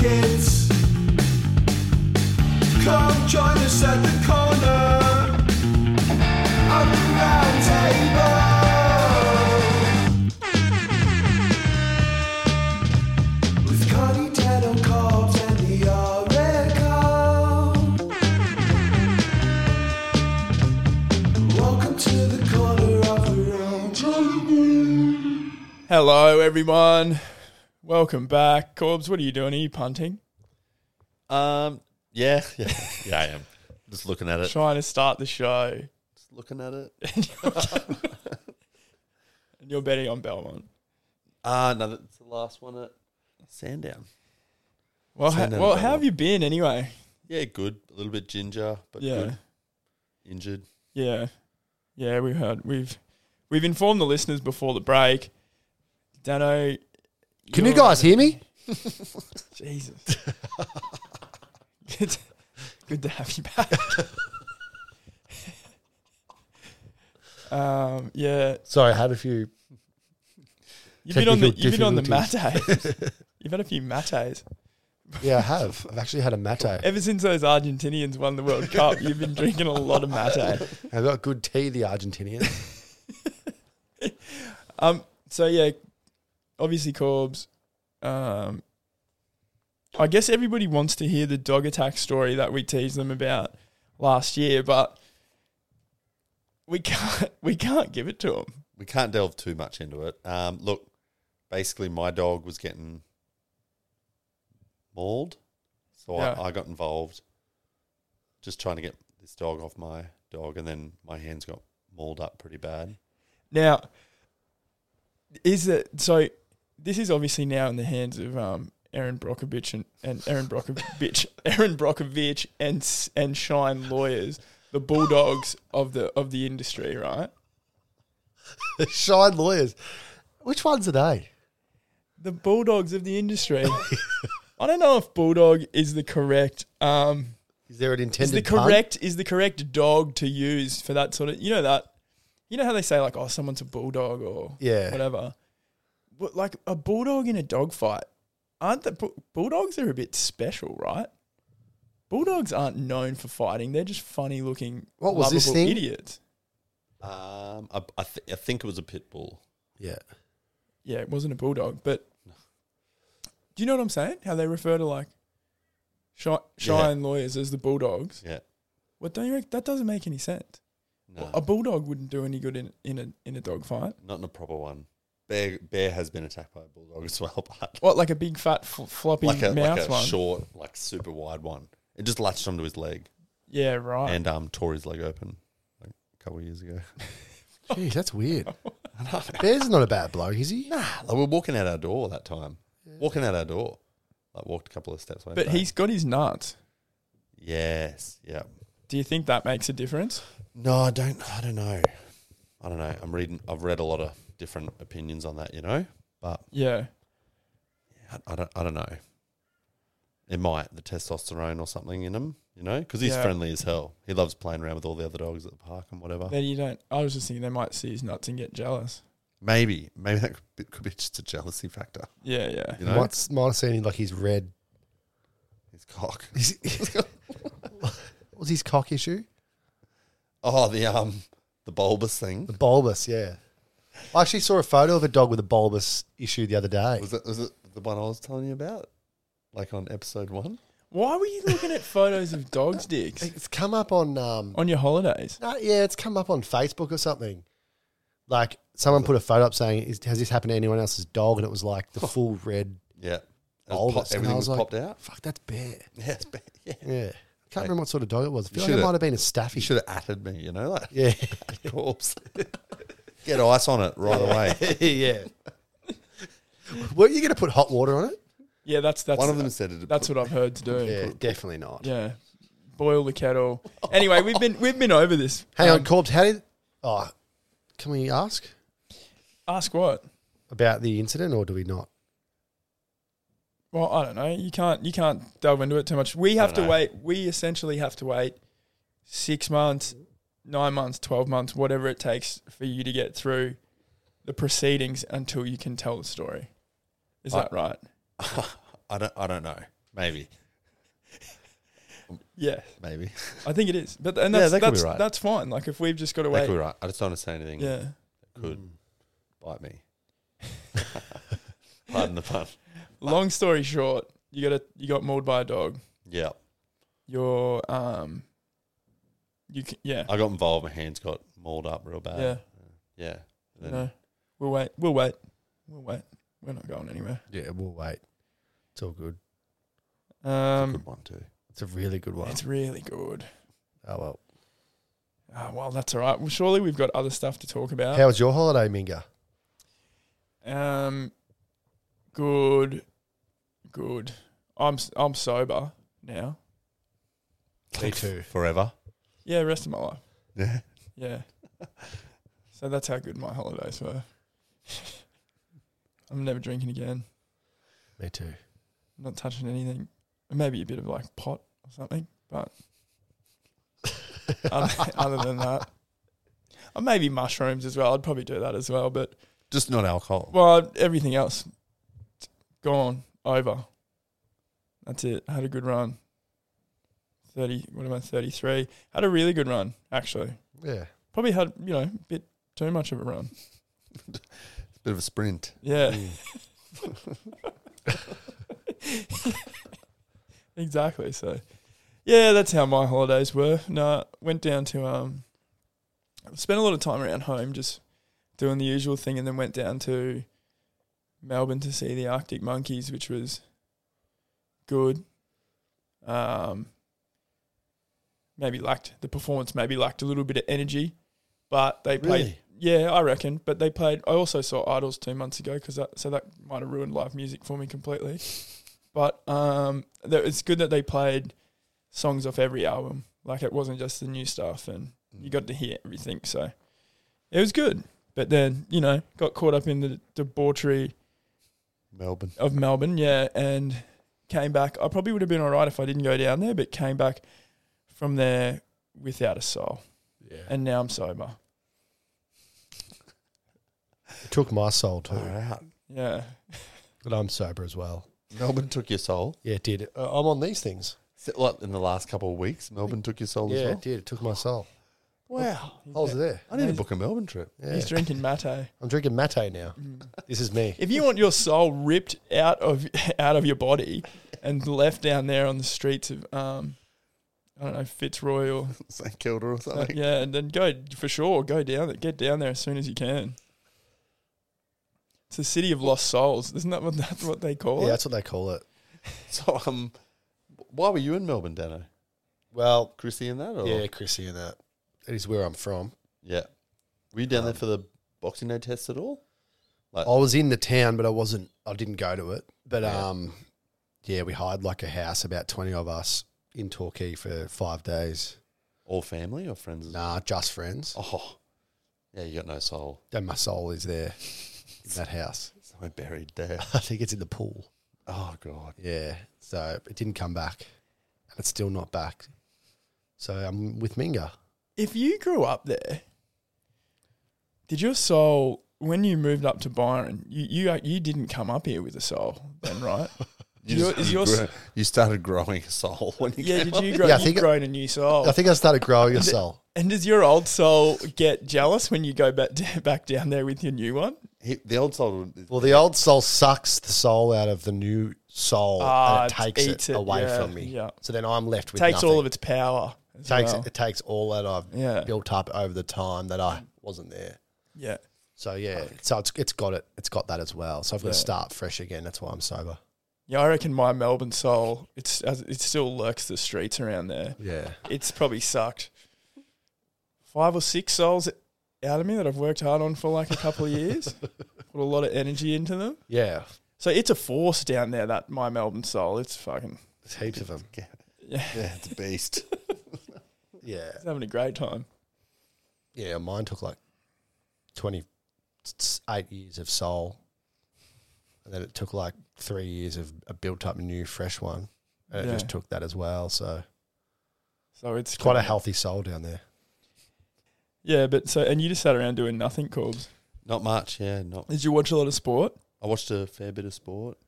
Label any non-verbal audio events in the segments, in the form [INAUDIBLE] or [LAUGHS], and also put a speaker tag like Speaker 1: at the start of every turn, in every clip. Speaker 1: kids. Come join us at the corner of the round table. With Connie, Ted, and Cobbs, and the Oracle. Welcome to the corner of the round table.
Speaker 2: Hello, everyone. Welcome back. Corbs, what are you doing? Are you punting?
Speaker 3: Um, yeah, [LAUGHS] yeah, yeah, I am. Just looking at it.
Speaker 2: Trying to start the show.
Speaker 3: Just looking at it.
Speaker 2: And you're betting on Belmont.
Speaker 3: Ah, no, that's the last one at Sandown.
Speaker 2: Well, ha-
Speaker 3: Send them
Speaker 2: well
Speaker 3: Belmont.
Speaker 2: how have you been anyway?
Speaker 3: Yeah, good. A little bit ginger, but
Speaker 2: Yeah.
Speaker 3: good. Injured.
Speaker 2: Yeah. Yeah, we heard. We've we've informed the listeners before the break. Dano.
Speaker 4: Can you
Speaker 2: you're-
Speaker 4: guys hear me?
Speaker 2: [LAUGHS] Jesus. good, good to have you back. [LAUGHS] um, yeah,
Speaker 4: Sorry, I had a few.
Speaker 2: you've been on the
Speaker 4: Technical
Speaker 2: you've been on the
Speaker 4: difficulties.
Speaker 2: mates. you've had a few mates
Speaker 4: Yeah, I have. I've actually had a mate. I
Speaker 2: ever since those Argentinians won the World Cup. You've been drinking a lot of mate.
Speaker 4: got good tea, the Argentinian. [LAUGHS]
Speaker 2: Um, so yeah, obviously Corbs. Um, I guess everybody wants to hear the dog attack story that we teased them about last year, but we can't we can't give it to them.
Speaker 3: We can't delve too much into it. Um, look, basically, my dog was getting mauled, so
Speaker 2: Yeah.
Speaker 3: I, I got involved, just trying to get this dog off my dog, and then my hands got mauled up pretty bad.
Speaker 2: Now, is it so? This is obviously now in the hands of um, Aaron Brockovich and, and Aaron Brockovich, [LAUGHS] Aaron Brockovich and S- and Shine lawyers, the bulldogs of the of the industry, right?
Speaker 4: Shine lawyers. Which ones are they?
Speaker 2: the bulldogs of the industry. I don't know if bulldog is the correct um
Speaker 4: Is there an
Speaker 2: is
Speaker 4: intended
Speaker 2: the
Speaker 4: pun?
Speaker 2: correct is the correct dog to use for that sort of you know that you know how they say like oh someone's a bulldog or
Speaker 4: Yeah.
Speaker 2: whatever. But like a bulldog in a dog fight, aren't the bu- bulldogs are a bit special, right? Bulldogs aren't known for fighting; they're just funny looking,
Speaker 4: What was this
Speaker 2: lovable
Speaker 4: thing?
Speaker 2: idiots.
Speaker 3: Um, I, I, th- I think it was a pit bull.
Speaker 4: Yeah.
Speaker 2: Yeah, it wasn't a bulldog, but do you know what I'm saying? How they refer to like Shine lawyers as the bulldogs.
Speaker 3: Yeah,
Speaker 2: What don't you reckon? That doesn't make any sense.
Speaker 3: no,
Speaker 2: A bulldog wouldn't do any good in, in a in a dog fight.
Speaker 3: not in a proper one. Bear, bear has been attacked by a bulldog as well, [LAUGHS] but
Speaker 2: What like a big fat fl- floppy
Speaker 3: like a
Speaker 2: mouth
Speaker 3: like a
Speaker 2: one?
Speaker 3: short, like super wide one. It just latched onto his leg
Speaker 2: yeah, right.
Speaker 3: and um tore his leg open like a couple of years ago. [LAUGHS]
Speaker 4: Jeez, that's weird. Bear's not a bad bloke, is he?
Speaker 3: like we were walking out our door that time, walking out our door, like walked a couple of steps away.
Speaker 2: but
Speaker 3: back.
Speaker 2: he's got his nuts.
Speaker 3: yes, yeah.
Speaker 2: Do you think that makes a difference?
Speaker 3: No, I don't. I don't know. I don't know. I'm reading. I've read a lot of different opinions on that. You know, but
Speaker 2: Yeah,
Speaker 3: I, I don't. I don't know. It might the testosterone or something in him, you know, because he's
Speaker 2: Yeah.
Speaker 3: friendly as hell. He loves playing around with all the other dogs at the park and whatever.
Speaker 2: then you don't. I was just thinking they might see his nuts and get jealous.
Speaker 3: Maybe, maybe that could be, could be just a jealousy factor.
Speaker 2: Yeah, yeah.
Speaker 3: You know,
Speaker 4: Might, s- might have seen him like his red. [LAUGHS]
Speaker 3: his cock.
Speaker 4: was his cock issue?
Speaker 3: Oh, the um, the bulbous thing.
Speaker 4: The bulbous, yeah. I actually saw a photo of a dog with a bulbous issue the other day.
Speaker 3: Was it was it the one I was telling you about, like on episode one?
Speaker 2: Why were you looking at photos of dogs' dicks
Speaker 4: It's come up on um,
Speaker 2: on your holidays?
Speaker 4: No, yeah, it's come up on Facebook or something. Like someone put a photo up saying, Is, "Has this happened to anyone else's dog?" And it was like the full red
Speaker 3: Yeah, It was
Speaker 4: bulbous.
Speaker 3: pop-
Speaker 4: And
Speaker 3: everything
Speaker 4: I
Speaker 3: was,
Speaker 4: like,
Speaker 3: popped out. [LAUGHS]
Speaker 4: Fuck, that's bear.
Speaker 3: Yeah, it's bad. yeah.
Speaker 4: Yeah, can't remember what sort of dog it was. I feel like it
Speaker 3: should've-
Speaker 4: might have been a
Speaker 3: He
Speaker 4: staffy.
Speaker 3: should have atted me. You know, like
Speaker 4: Yeah,
Speaker 3: corpse. [LAUGHS] Get ice on it right away.
Speaker 4: yeah. [LAUGHS] Were you going to put hot water on it?
Speaker 2: Yeah, that's that's
Speaker 3: One of them said it.
Speaker 2: That's what I've heard to do.
Speaker 4: Yeah, definitely not.
Speaker 2: Yeah. Boil the kettle. Anyway, we've been we've been over this.
Speaker 4: [LAUGHS] Hang
Speaker 2: Um,
Speaker 4: on, Corbs. How did? Oh, can we ask
Speaker 2: Ask what?
Speaker 4: about the incident, or do we not?
Speaker 2: Well, I don't know. You can't you can't delve into it too much. We have to
Speaker 3: don't know.
Speaker 2: wait. We essentially have to wait six months, nine months, twelve months, whatever it takes for you to get through the proceedings until you can tell the story. Is
Speaker 3: I-
Speaker 2: that right?
Speaker 3: [LAUGHS] I don't. I don't know. Maybe,
Speaker 2: Yeah,
Speaker 3: maybe.
Speaker 2: I think it is. But and
Speaker 3: Yeah,
Speaker 2: that's
Speaker 3: that could be
Speaker 2: that's,
Speaker 3: right.
Speaker 2: that's fine. Like if we've just got to
Speaker 3: That could
Speaker 2: wait.
Speaker 3: be right. I just don't want to say anything
Speaker 2: Yeah.
Speaker 3: that could
Speaker 4: Mm.
Speaker 2: [LAUGHS]
Speaker 3: bite me. Pardon the pun.
Speaker 2: Long story short, you got a, you got mauled by a dog.
Speaker 3: Yeah,
Speaker 2: Your um, you c yeah
Speaker 3: I got involved. My hands got mauled up real bad.
Speaker 2: yeah.
Speaker 3: yeah. And then
Speaker 2: No, we'll wait. We'll wait. We'll wait. We're not going anywhere.
Speaker 4: Yeah, we'll wait. It's all good.
Speaker 3: it's a
Speaker 2: Um,
Speaker 3: good one too.
Speaker 4: It's a really good one.
Speaker 2: it's really good.
Speaker 4: Oh well.
Speaker 2: Oh, well, that's all right. Well, surely we've got other stuff to talk about.
Speaker 4: How was your holiday, Minga?
Speaker 2: Um, good, good. I'm s- I'm sober now.
Speaker 4: Me too.
Speaker 3: Forever.
Speaker 2: Yeah, rest of my life.
Speaker 3: Yeah.
Speaker 2: Yeah. so that's how good my holidays were. [LAUGHS] I'm never drinking again.
Speaker 4: Me too.
Speaker 2: Not touching anything. Maybe a bit of like pot or something, but other, other than that, or maybe mushrooms as well. I'd probably do that as well, but
Speaker 3: Just not alcohol.
Speaker 2: Well, everything else t- gone, over. That's it. Had a good run. Thirty. What am I? Thirty-three. Had a really good run, actually.
Speaker 4: Yeah.
Speaker 2: Probably had you know a bit too much of a run.
Speaker 3: Bit of a sprint.
Speaker 2: Yeah,
Speaker 3: Mm.
Speaker 2: [LAUGHS] exactly. So, yeah, that's how my holidays were. No, went down to um, spent a lot of time around home, just doing the usual thing, and then went down to Melbourne to see the Arctic Monkeys, which was good. Um, maybe lacked the performance, maybe lacked a little bit of energy, but they played.
Speaker 3: Really?
Speaker 2: Yeah, I reckon. But they played. I also saw Idols two months ago, cause that, so that might have ruined live music for me completely. But um, that, it's good that they played songs off every album. Like it wasn't just the new stuff, and
Speaker 3: Mm.
Speaker 2: you got to hear everything. So it was good. But then you know, got caught up in the debauchery
Speaker 3: Melbourne.
Speaker 2: of Melbourne, yeah, and came back. I probably would have been all right if I didn't go down there, but came back from there without a soul.
Speaker 4: Yeah.
Speaker 2: And now I'm sober.
Speaker 4: It took my soul too,
Speaker 3: Far out.
Speaker 2: Yeah.
Speaker 4: but I'm sober as well.
Speaker 3: Melbourne took your soul.
Speaker 4: Yeah, it did. Uh, I'm on these things.
Speaker 3: Is it What in the last couple of weeks, Melbourne took your soul as
Speaker 4: Yeah,
Speaker 3: well.
Speaker 4: it did. It took my soul.
Speaker 3: Wow,
Speaker 4: I was there.
Speaker 3: I need to book a Melbourne trip. [LAUGHS]
Speaker 4: Yeah.
Speaker 2: He's drinking mate. Mm.
Speaker 4: I'm drinking mate now. This is me.
Speaker 2: If you want your soul ripped out of [LAUGHS] out of your body and left down there on the streets of um I don't know, Fitzroy
Speaker 4: [LAUGHS]
Speaker 2: or
Speaker 3: St Kilda or
Speaker 2: uh, [LAUGHS]
Speaker 3: something.
Speaker 2: yeah, and then go for sure, go down there, get down there as soon as you can. It's the city of lost souls, isn't that what [LAUGHS] that's what they call
Speaker 4: Yeah,
Speaker 2: it?
Speaker 4: that's what they call it.
Speaker 3: So um, why were you in Melbourne, Dano?
Speaker 4: Well,
Speaker 3: Chrissy in that? Or?
Speaker 4: yeah, Chrissy and that. That is where I'm from.
Speaker 3: yeah. Were you down there for the Boxing Day test at all?
Speaker 4: I was in the town, but I wasn't. I didn't go to it. But
Speaker 3: Yeah.
Speaker 4: um, yeah, we hired like a house, about twenty of us in Torquay for five days.
Speaker 3: All family or friends? as
Speaker 4: Nah, just friends.
Speaker 3: well? Oh, yeah, you got no soul.
Speaker 4: And my soul is there in that house. [LAUGHS]
Speaker 3: Somewhere buried there.
Speaker 4: I think it's in the pool.
Speaker 3: Oh [LAUGHS] God.
Speaker 4: Yeah. So it didn't come back, and it's still not back. So I'm with Minga.
Speaker 2: if you grew up there, did your soul when you moved up to Byron, you uh, you, you didn't come up here with a soul then,
Speaker 4: [LAUGHS]
Speaker 2: right? Your-
Speaker 3: just-
Speaker 2: is your
Speaker 3: grew- you started growing a soul when you
Speaker 2: yeah,
Speaker 3: came
Speaker 2: did
Speaker 4: [LAUGHS]
Speaker 2: you
Speaker 3: up.
Speaker 2: grow?
Speaker 4: Yeah, I
Speaker 2: you
Speaker 4: think-
Speaker 2: grown a new soul.
Speaker 4: I think I started growing a soul.
Speaker 2: and does your old soul get jealous when you go back [LAUGHS] back down there with your new one?
Speaker 3: He, the old soul.
Speaker 4: Well, the old soul sucks the soul out of the new soul,
Speaker 2: Ah,
Speaker 4: and it
Speaker 2: it
Speaker 4: takes
Speaker 2: eats
Speaker 4: it,
Speaker 2: it,
Speaker 4: away
Speaker 2: yeah,
Speaker 4: from me.
Speaker 2: yeah.
Speaker 4: So then I'm left with
Speaker 2: takes
Speaker 4: nothing.
Speaker 2: all of its power. as
Speaker 4: takes
Speaker 2: well.
Speaker 4: it takes all that I've
Speaker 2: Yeah.
Speaker 4: built up over the time that I wasn't there.
Speaker 2: yeah.
Speaker 4: So yeah, so it's it's got it. It's got that as well. So I've got
Speaker 2: Yeah.
Speaker 4: to start fresh again. That's why I'm sober.
Speaker 2: Yeah, I reckon my Melbourne soul, it's as- it still lurks the streets around there.
Speaker 4: Yeah.
Speaker 2: It's probably sucked five or six souls out of me that I've worked hard on for like a couple of
Speaker 4: [LAUGHS]
Speaker 2: years. Put a lot of energy into them.
Speaker 4: Yeah.
Speaker 2: So it's a force down there, that my Melbourne soul. It's fucking
Speaker 4: There's heaps [LAUGHS] of them.
Speaker 3: Yeah. yeah, it's a beast.
Speaker 4: [LAUGHS] Yeah.
Speaker 2: [LAUGHS] it's having a great time.
Speaker 4: Yeah. Mine took like twenty eight years of soul, and then it took like three years of a built up new fresh one, and it
Speaker 2: Yeah.
Speaker 4: just took that as well. So
Speaker 2: So it's
Speaker 4: it's quite a healthy soul down there.
Speaker 2: Yeah, but so and you just sat around doing nothing, Corbs.
Speaker 3: Not much. Yeah, not
Speaker 2: Did you watch a lot of sport?
Speaker 3: I watched a fair bit of sport.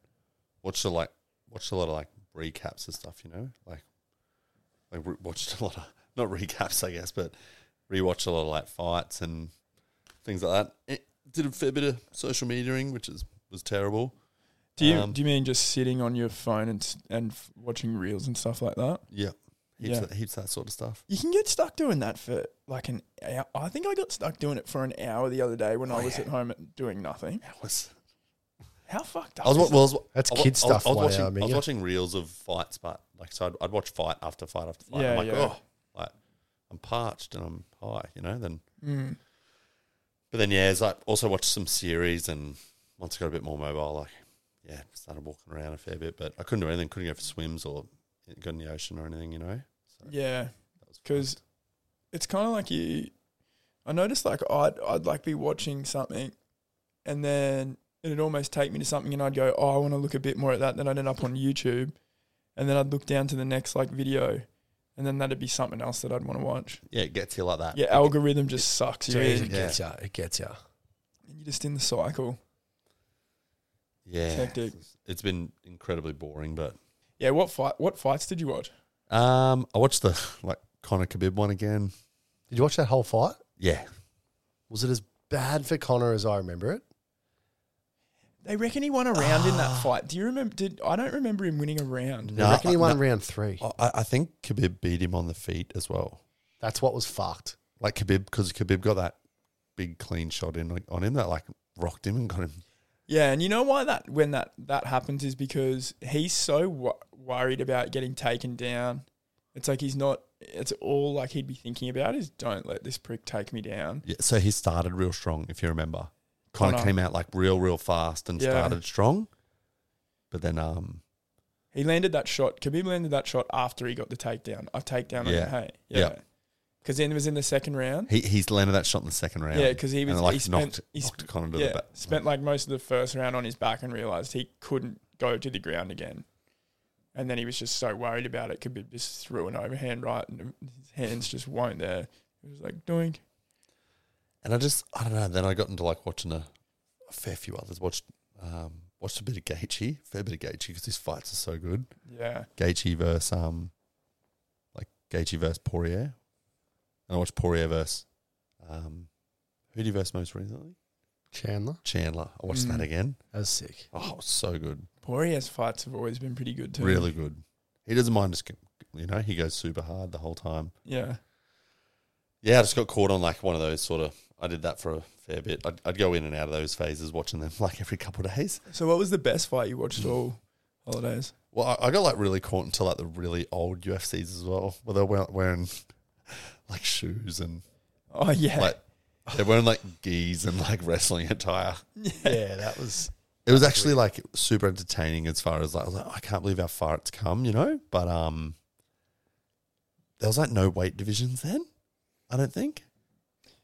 Speaker 3: Watched a like watched a lot of like recaps and stuff. You know, like I re- watched [LAUGHS] a lot of not recaps, I guess, but rewatched a lot of like fights and things like that. It did a fair bit of social mediaing, which is was terrible.
Speaker 2: Do you
Speaker 3: Um,
Speaker 2: do you mean just sitting on your phone and s- and f- watching reels and stuff like that?
Speaker 3: Yeah, heaps,
Speaker 2: Yeah.
Speaker 3: Of, heaps of that sort of stuff.
Speaker 2: You can get stuck doing that for like an hour. I think I got stuck doing it for an hour the other day when I was at home at- doing nothing.
Speaker 3: That was
Speaker 2: How fucked up?
Speaker 3: I was, wa-
Speaker 2: is
Speaker 3: well, I was, wa-
Speaker 4: That's
Speaker 3: I wa-
Speaker 4: kid
Speaker 3: I was-
Speaker 4: stuff,
Speaker 3: I was,
Speaker 4: why,
Speaker 3: watching,
Speaker 4: I
Speaker 3: I,
Speaker 4: mean,
Speaker 3: was
Speaker 4: yeah.
Speaker 3: watching reels of fights, but like so, I'd, I'd watch fight after fight after fight.
Speaker 2: Yeah,
Speaker 3: I'm like,
Speaker 2: yeah.
Speaker 3: oh, like I'm parched and I'm high, you know. Then,
Speaker 2: that? Mm.
Speaker 3: but then, yeah, as I also watched some series, and once I got a bit more mobile, like yeah, started walking around a fair bit, but I couldn't do anything. Couldn't go for swims or go in the ocean or anything, you know. So
Speaker 2: Yeah,
Speaker 3: that was
Speaker 2: because
Speaker 3: fucked.
Speaker 2: it's kind of like you. I noticed like I'd I'd like be watching something, and then it'd almost take me to something, and I'd go, oh, I want to look a bit more at that. Then I'd end up on YouTube, and then I'd look down to the next like video, and then that'd be something else that I'd want to watch.
Speaker 3: yeah, it gets you like that.
Speaker 2: Yeah, algorithm just sucks you
Speaker 4: Jeez,
Speaker 2: in.
Speaker 4: it gets ya. It gets ya.
Speaker 2: You're just in the cycle.
Speaker 3: yeah,
Speaker 2: Hectic.
Speaker 3: it's been incredibly boring, but
Speaker 2: Yeah, what fight? What fights did you watch?
Speaker 3: um, I watched the [LAUGHS] like Conor Khabib one again.
Speaker 4: Did you watch that whole fight?
Speaker 3: Yeah,
Speaker 4: Was it as bad for Connor as I remember it?
Speaker 2: They reckon he won a round in
Speaker 3: Ah.
Speaker 2: that fight. Do you remember? Did I don't remember him winning a round.
Speaker 4: I reckon he won round three.
Speaker 3: I, I I think Khabib beat him on the feet as well.
Speaker 4: That's what was fucked.
Speaker 3: Like Khabib, because Khabib got that big clean shot in like, on him that like rocked him and got him.
Speaker 2: Yeah, and you know why that when that that happens is because he's so wo- worried about getting taken down. It's like he's not. It's all like he'd be thinking about is don't let this prick take me down.
Speaker 3: Yeah, so he started real strong, if you remember. Kind
Speaker 2: Connor.
Speaker 3: of came out like real, real fast and
Speaker 2: Yeah.
Speaker 3: started strong, but then um
Speaker 2: He landed that shot. Khabib landed that shot after he got the takedown. A takedown on
Speaker 3: Yeah.
Speaker 2: the hey, yeah.
Speaker 3: Yeah.
Speaker 2: Because then it was in the second round.
Speaker 3: he he's landed that shot in the second round.
Speaker 2: Yeah, 'cause he was-
Speaker 3: and, like
Speaker 2: he spent-
Speaker 3: knocked,
Speaker 2: he
Speaker 3: knocked Connor to
Speaker 2: Yeah,
Speaker 3: the back.
Speaker 2: spent like most of the first round on his back and realized he couldn't go to the ground again. And then he was just so worried about it. Khabib just threw an overhand right, and his hands just weren't there. It was like doink.
Speaker 3: And I just I don't know. Then I got into like watching a, a fair few others. Watched um watched a bit of Gaethje, fair bit of Gaethje because his fights are so good.
Speaker 2: Yeah.
Speaker 3: Gaethje versus um, like Gaethje versus Poirier, and I watched Poirier versus um, who did he verse most recently?
Speaker 4: Chandler.
Speaker 3: Chandler. I watched that
Speaker 2: Mm.
Speaker 3: again.
Speaker 4: That was sick.
Speaker 3: Oh, it was so good,
Speaker 2: Poirier's fights have always been pretty good too.
Speaker 3: really good. He doesn't mind just you know he goes super hard the whole time.
Speaker 2: Yeah.
Speaker 3: Yeah, I just got caught on like one of those sort of. I did that for a fair bit. I'd, I'd go in and out of those phases watching them [LAUGHS] like every couple of days.
Speaker 2: So what was the best fight you watched all holidays?
Speaker 3: Well, I, I got like really caught into like the really old UFCs as well, where they're wear- wearing [LAUGHS] like shoes and
Speaker 2: Oh yeah.
Speaker 3: like they're wearing like geese and like wrestling attire.
Speaker 4: Yeah, that was.
Speaker 3: It was actually like super entertaining as far as like I was like I can't believe how far it's come, you know. But um, there was like no weight divisions then. I don't think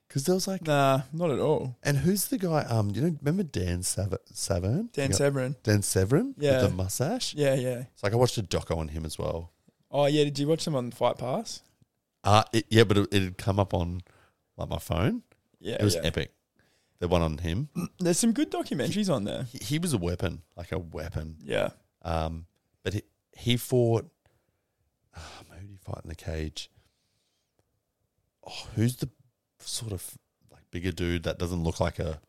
Speaker 3: because there was like
Speaker 2: nah, not at all.
Speaker 3: and who's the guy? Um, you know, remember Dan Sav- Savern?
Speaker 2: Dan
Speaker 3: Yeah.
Speaker 2: Severin.
Speaker 3: Dan Severin
Speaker 2: Yeah.
Speaker 3: with the mustache.
Speaker 2: Yeah, yeah.
Speaker 3: It's like I watched a doco on him as well.
Speaker 2: Oh yeah, did you watch them on Fight Pass?
Speaker 3: Uh, it, yeah, but it, it had come up on like my phone.
Speaker 2: Yeah.
Speaker 3: It was
Speaker 2: yeah.
Speaker 3: epic. The one on him.
Speaker 2: There's some good documentaries on there.
Speaker 3: He, he was a weapon, like a weapon.
Speaker 2: Yeah.
Speaker 3: Um, but he, he fought. Um, who did he fight in the cage? Oh, who's the sort of like bigger dude that doesn't look like a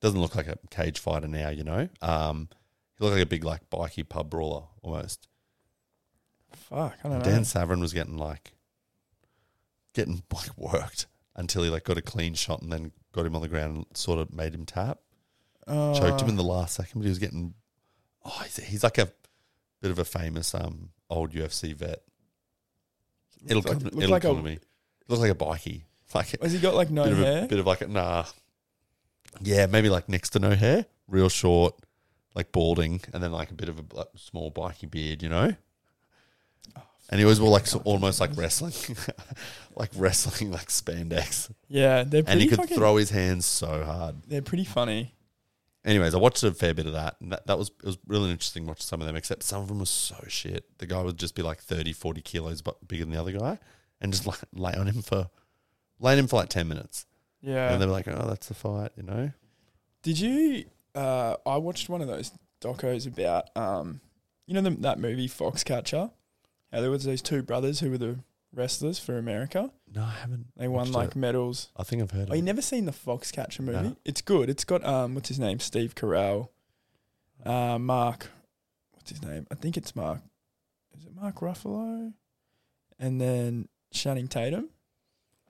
Speaker 3: doesn't look like a cage fighter now? You know, um, he looked like a big like bikie pub brawler almost.
Speaker 2: Fuck, I don't know.
Speaker 3: Dan Savrin was getting like getting [LAUGHS] like worked until he like got a clean shot and then got him on the ground and sort of made him tap
Speaker 2: Oh,
Speaker 3: choked him in the last second, but he was getting. Oh, he's, he's like a bit of a famous um old UFC vet. It'll
Speaker 2: Looked like-
Speaker 3: come.
Speaker 2: looked
Speaker 3: it'll
Speaker 2: like
Speaker 3: come
Speaker 2: a-
Speaker 3: to me. Looks like a bikie, [LAUGHS] like a
Speaker 2: Has he got like no
Speaker 3: bit of
Speaker 2: hair?
Speaker 3: a bit of like a nah. Yeah, maybe like next to no hair, real short, like balding, and then like a bit of a like, small bikie beard, you know.
Speaker 2: Oh,
Speaker 3: And he always wore like so, almost like wrestling, [LAUGHS] like wrestling, like spandex,
Speaker 2: yeah, they're pretty
Speaker 3: and he could
Speaker 2: fucking,
Speaker 3: throw his hands so hard
Speaker 2: They're pretty funny.
Speaker 3: anyways, I watched a fair bit of that, and that, that was it was really interesting watching some of them. Except some of them were so shit. The guy would just be like 30, 40 kilos but bigger than the other guy, and just [LAUGHS] like lay on him for lay on him for like ten minutes,
Speaker 2: Yeah.
Speaker 3: and they were like, "Oh, that's the fight," you know.
Speaker 2: Did you? Uh, I watched one of those docos about um, you know the, that movie Foxcatcher? How there was those two brothers who were the wrestlers for America.
Speaker 3: No, I haven't.
Speaker 2: They won
Speaker 3: watched
Speaker 2: like
Speaker 3: it.
Speaker 2: medals.
Speaker 3: I think I've heard.
Speaker 2: Oh, you
Speaker 3: of it.
Speaker 2: never seen the Foxcatcher movie?
Speaker 3: No.
Speaker 2: It's good. It's got um, what's his name? Steve Carell, uh, Mark, what's his name? I think it's Mark. Is it Mark Ruffalo? And then Channing Tatum.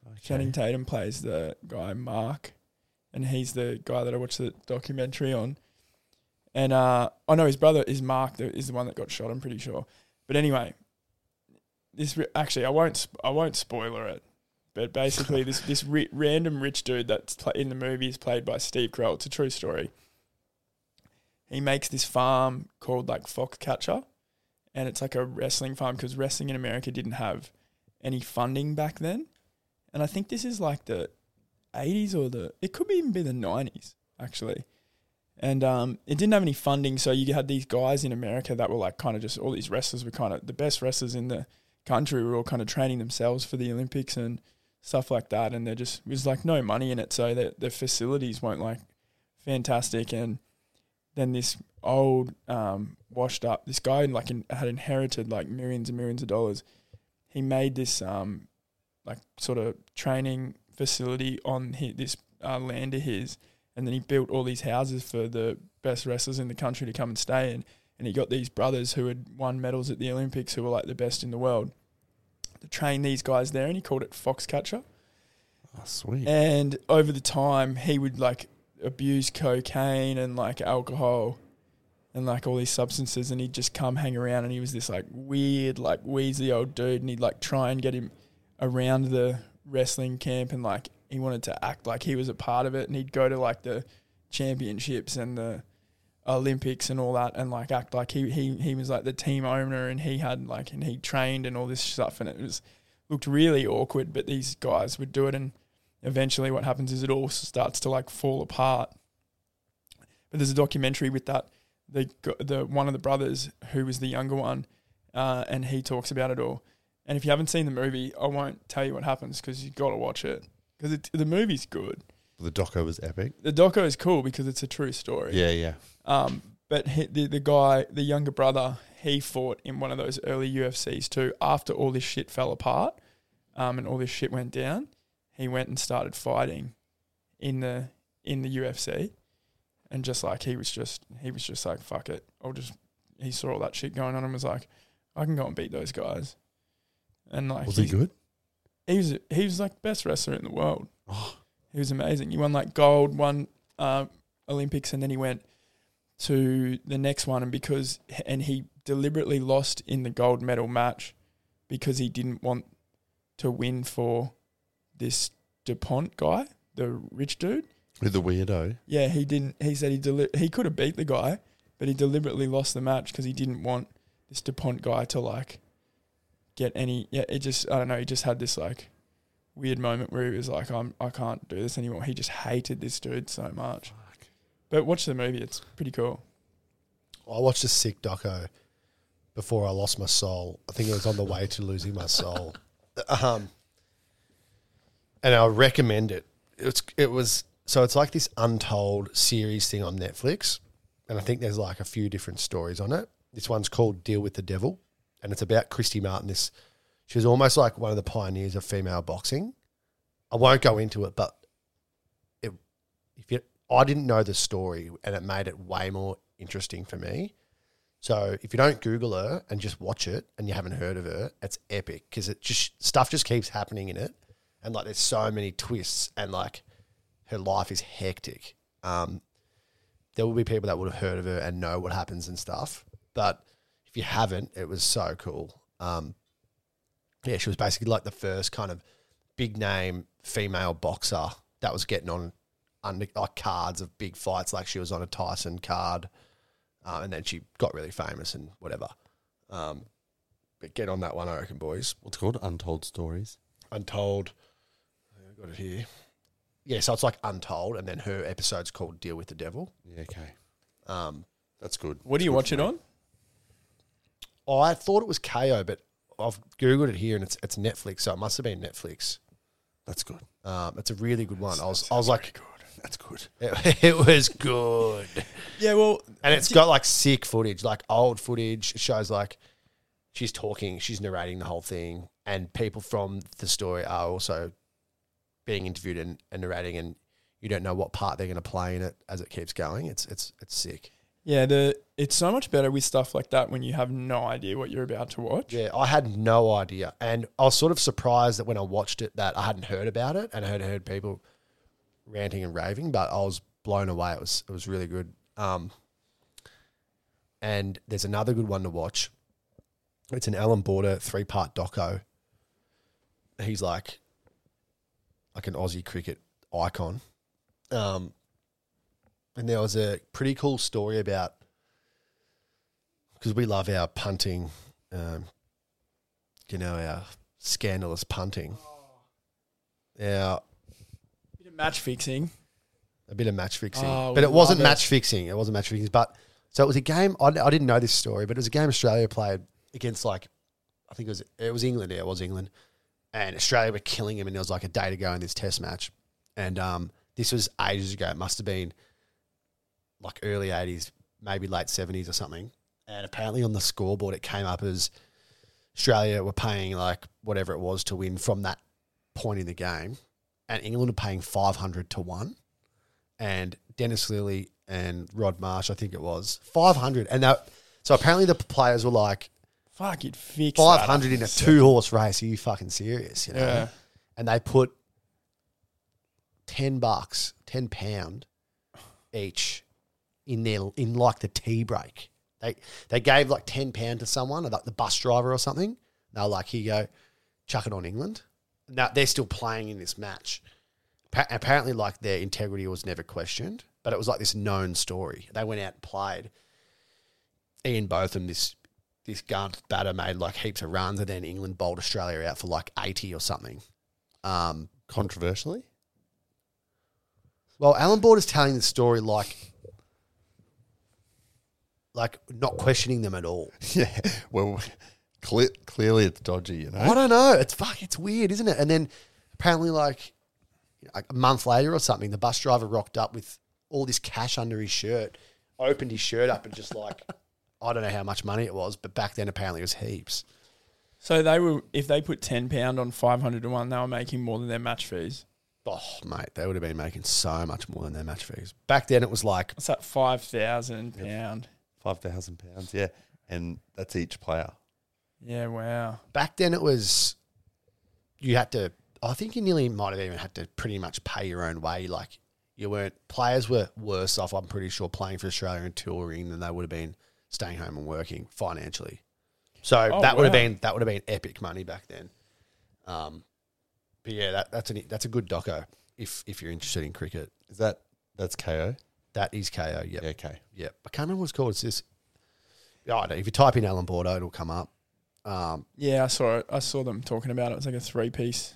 Speaker 3: Okay.
Speaker 2: Channing Tatum plays the guy Mark, and he's the guy that I watched the documentary on. And uh, I know his brother is Mark, the, is the one that got shot. I'm pretty sure. But anyway, this ri- actually I won't sp- I won't spoiler it. But basically, this this ri- random rich dude that's pla in the movie is played by Steve Carell. It's a true story. He makes this farm called like Foxcatcher, and it's like a wrestling farm because wrestling in America didn't have any funding back then. And I think this is like the 80s or the it could even be the 90s actually. And um, it didn't have any funding, so you had these guys in America that were like kind of just all these wrestlers were kind of the best wrestlers in the country were all kind of training themselves for the Olympics and stuff like that. And there just was like no money in it, so their their facilities weren't like fantastic. And then this old um, washed up this guy like in, had inherited like millions and millions of dollars. He made this um, like sort of training facility on hi this uh, land of his, and then he built all these houses for the best wrestlers in the country to come and stay in. And he got these brothers who had won medals at the Olympics, who were like the best in the world, to train these guys there, and he called it Foxcatcher.
Speaker 3: Oh, sweet.
Speaker 2: And over the time, he would like abuse cocaine and like alcohol and like all these substances. And he'd just come hang around. And he was this like weird, like wheezy old dude. And he'd like try and get him around the wrestling camp. And like he wanted to act like he was a part of it. And he'd go to like the championships and the Olympics and all that. And like act like he, he, he was like the team owner and he had like, and he trained and all this stuff. And it was looked really awkward. But these guys would do it. And eventually what happens is it all starts to like fall apart. But there's a documentary with that the g- the one of the brothers who was the younger one, uh, and he talks about it all. And if you haven't seen the movie, I won't tell you what happens because you got to watch it because the movie's good.
Speaker 3: the doco was epic.
Speaker 2: The doco is cool because it's a true story.
Speaker 3: Yeah, yeah.
Speaker 2: Um, but he, the the guy, the younger brother, he fought in one of those early UFCs too. After all this shit fell apart, um, and all this shit went down, he went and started fighting in the in the UFC, and just like he was just he was just like fuck it, I'll just he saw all that shit going on and was like, I can go and beat those guys, and like
Speaker 3: Was he
Speaker 2: he's-
Speaker 3: good?
Speaker 2: he was he was like best wrestler in the world.
Speaker 3: Oh.
Speaker 2: He was amazing. He won like gold, won uh, Olympics, and then he went to the next one. And because and he deliberately lost in the gold medal match because he didn't want to win for this Dupont guy, the rich dude.
Speaker 3: With the weirdo.
Speaker 2: Yeah, he didn't. He said he deli- he could have beat the guy, but he deliberately lost the match because he didn't want this Dupont guy to like get any. Yeah, it just I don't know. He just had this like weird moment where he was like, "I'm I can't do this anymore." He just hated this dude so much. But watch the movie; it's pretty cool.
Speaker 4: I watched a sick doco before I lost my soul. I think it was on the way to losing my soul. Um, and I recommend it. It's it was so it's like this untold series thing on Netflix, and I think there's like a few different stories on it. This one's called Deal with the Devil, and it's about Christy Martin. This she was almost like one of the pioneers of female boxing. I won't go into it, but it if you I didn't know the story and it made it way more interesting for me. So if you don't Google her and just watch it and you haven't heard of her, it's epic because it just stuff just keeps happening in it, and like there's so many twists and like her life is hectic. Um, there will be people that would have heard of her and know what happens and stuff, but if you haven't, it was so cool. Um, yeah, she was basically like the first kind of big name female boxer that was getting on under like cards of big fights. Like she was on a Tyson card, uh, and then she got really famous and whatever. Um, but get on that one, I reckon, boys.
Speaker 3: What's it called? Untold Stories.
Speaker 4: Untold. I've got it here. Yeah, so it's like Untold, and then her episode's called Deal with the Devil.
Speaker 3: Yeah, okay.
Speaker 4: Um,
Speaker 3: That's good.
Speaker 2: What do you watch it on?
Speaker 4: I thought it was KO, but I've googled it here, and it's it's Netflix, so it must have been Netflix.
Speaker 3: That's good.
Speaker 4: Um, it's a really good one. I was I was like,
Speaker 3: That's good.
Speaker 4: It, [LAUGHS] it was good.
Speaker 2: Yeah, well,
Speaker 4: And it's got like sick footage, like old footage. It shows like she's talking, she's narrating the whole thing, and people from the story are also being interviewed and, and narrating, and you don't know what part they're going to play in it as it keeps going. It's it's it's sick.
Speaker 2: yeah, the it's so much better with stuff like that when you have no idea what you're about to watch.
Speaker 4: Yeah, I had no idea, and I was sort of surprised that when I watched it, that I hadn't heard about it, and I had heard people ranting and raving, but I was blown away. It was it was really good. Um, and there's another good one to watch. It's an Alan Border three part doco. He's like like an Aussie cricket icon. Um, and there was a pretty cool story about because we love our punting, um, you know, our scandalous punting. Our
Speaker 2: Bit of match fixing.
Speaker 4: a bit of match fixing,
Speaker 2: Oh,
Speaker 4: but
Speaker 2: we
Speaker 4: it wasn't
Speaker 2: love it.
Speaker 4: match fixing. It wasn't match fixing. But so it was a game. I, I didn't know this story, but it was a game Australia played against like I think it was it was England. Yeah, it was England, and Australia were killing him. And there was like a day to go in this Test match, and um, this was ages ago. It must have been like early eighties, maybe late seventies or something. And apparently on the scoreboard, it came up as Australia were paying like whatever it was to win from that point in the game, and England were paying five hundred to one and Dennis Lilly and Rod Marsh, I think it was five hundred. And that, so apparently the players were like
Speaker 2: Fuck, you'd fix that up
Speaker 4: five hundred in a
Speaker 2: so-
Speaker 4: two horse race. Are you fucking serious? You know,
Speaker 2: Yeah.
Speaker 4: and they put ten bucks, ten pound each in their in like the tea break. They they gave like ten pound to someone, like the bus driver or something. They were like, here you go, chuck it on England. Now they're still playing in this match. Pa- apparently, like their integrity was never questioned, but it was like this known story. They went out and played. Ian Botham, this this guard batter, made like heaps of runs, and then England bowled Australia out for like eighty or something. Um,
Speaker 3: Controversially,
Speaker 4: well, Alan Board is telling the story like, like not questioning them at all.
Speaker 3: [LAUGHS] yeah. Well, cle clearly it's dodgy, you know.
Speaker 4: I don't know. It's fuck. It's weird, isn't it? And then apparently, like you know, like a month later or something, the bus driver rocked up with all this cash under his shirt, opened his shirt up, and just like [LAUGHS] I don't know how much money it was, but back then apparently it was heaps.
Speaker 2: So they were if they put ten pound on five hundred to one, they were making more than their match fees.
Speaker 4: Oh mate, they would have been making so much more than their match fees. Back then it was like
Speaker 2: What's that? Five thousand pound.
Speaker 3: Five thousand pounds, yeah, and that's each player.
Speaker 2: Yeah. Wow.
Speaker 4: back then it was you had to I think you nearly might have even had to pretty much pay your own way. Like you weren't players were worse off, I'm pretty sure, playing for Australia and touring than they would have been staying home and working financially. So
Speaker 2: Oh,
Speaker 4: that would have
Speaker 2: wow.
Speaker 4: been that would have been epic money back then. Um but yeah, that, that's an that's a good doco if if you're interested in cricket.
Speaker 3: Is that that's KO?
Speaker 4: That is KO, yep.
Speaker 3: Yeah, KO.
Speaker 4: Yeah, I can't remember what it's called. It's this. I don't know. If you type in Alan Bordeaux, it'll come up. Um,
Speaker 2: Yeah, I saw it. I saw them talking about it. It was like a three piece,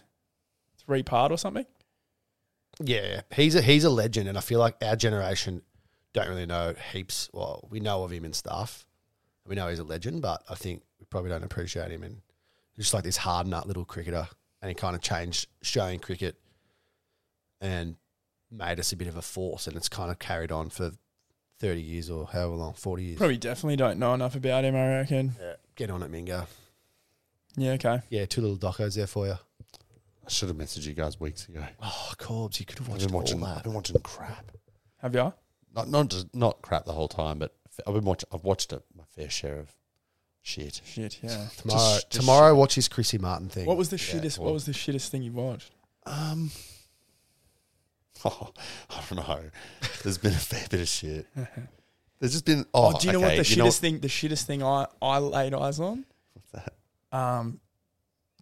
Speaker 2: three part or something.
Speaker 4: yeah, he's a he's a legend, and I feel like our generation don't really know heaps. Well, we know of him and stuff. We know he's a legend, but I think we probably don't appreciate him. And he's just like this hard nut little cricketer, and he kind of changed Australian cricket and made us a bit of a force. And it's kind of carried on for thirty years or however long, forty years.
Speaker 2: Probably definitely don't know enough about him. I reckon.
Speaker 4: Yeah. Get on it, Mingo.
Speaker 2: Yeah. Okay.
Speaker 4: Yeah, two little docos there for you.
Speaker 3: I should have messaged you guys weeks ago.
Speaker 4: Oh, Corbs, you could have
Speaker 3: I've
Speaker 4: watched
Speaker 3: been
Speaker 4: all
Speaker 3: watching. I've
Speaker 4: that.
Speaker 3: been watching crap.
Speaker 2: Have you?
Speaker 3: Not not just not crap the whole time, but I've been watching. I've watched a, my fair share of shit.
Speaker 2: Shit. Yeah.
Speaker 4: Tomorrow,
Speaker 3: Just- just-
Speaker 4: tomorrow watch his Chrissy Martin thing.
Speaker 2: What was the
Speaker 3: Yeah,
Speaker 2: shittest?
Speaker 3: well-
Speaker 2: What was the shittest thing you watched?
Speaker 3: Um, [LAUGHS] oh, I don't know. There's been a fair bit of [LAUGHS] shit. There's just been. Oh,
Speaker 2: Oh, do you know what
Speaker 3: okay,
Speaker 2: the shittest
Speaker 3: you know what-
Speaker 2: thing? The shittest thing I I laid eyes on.
Speaker 3: [LAUGHS] what's that?
Speaker 2: Um,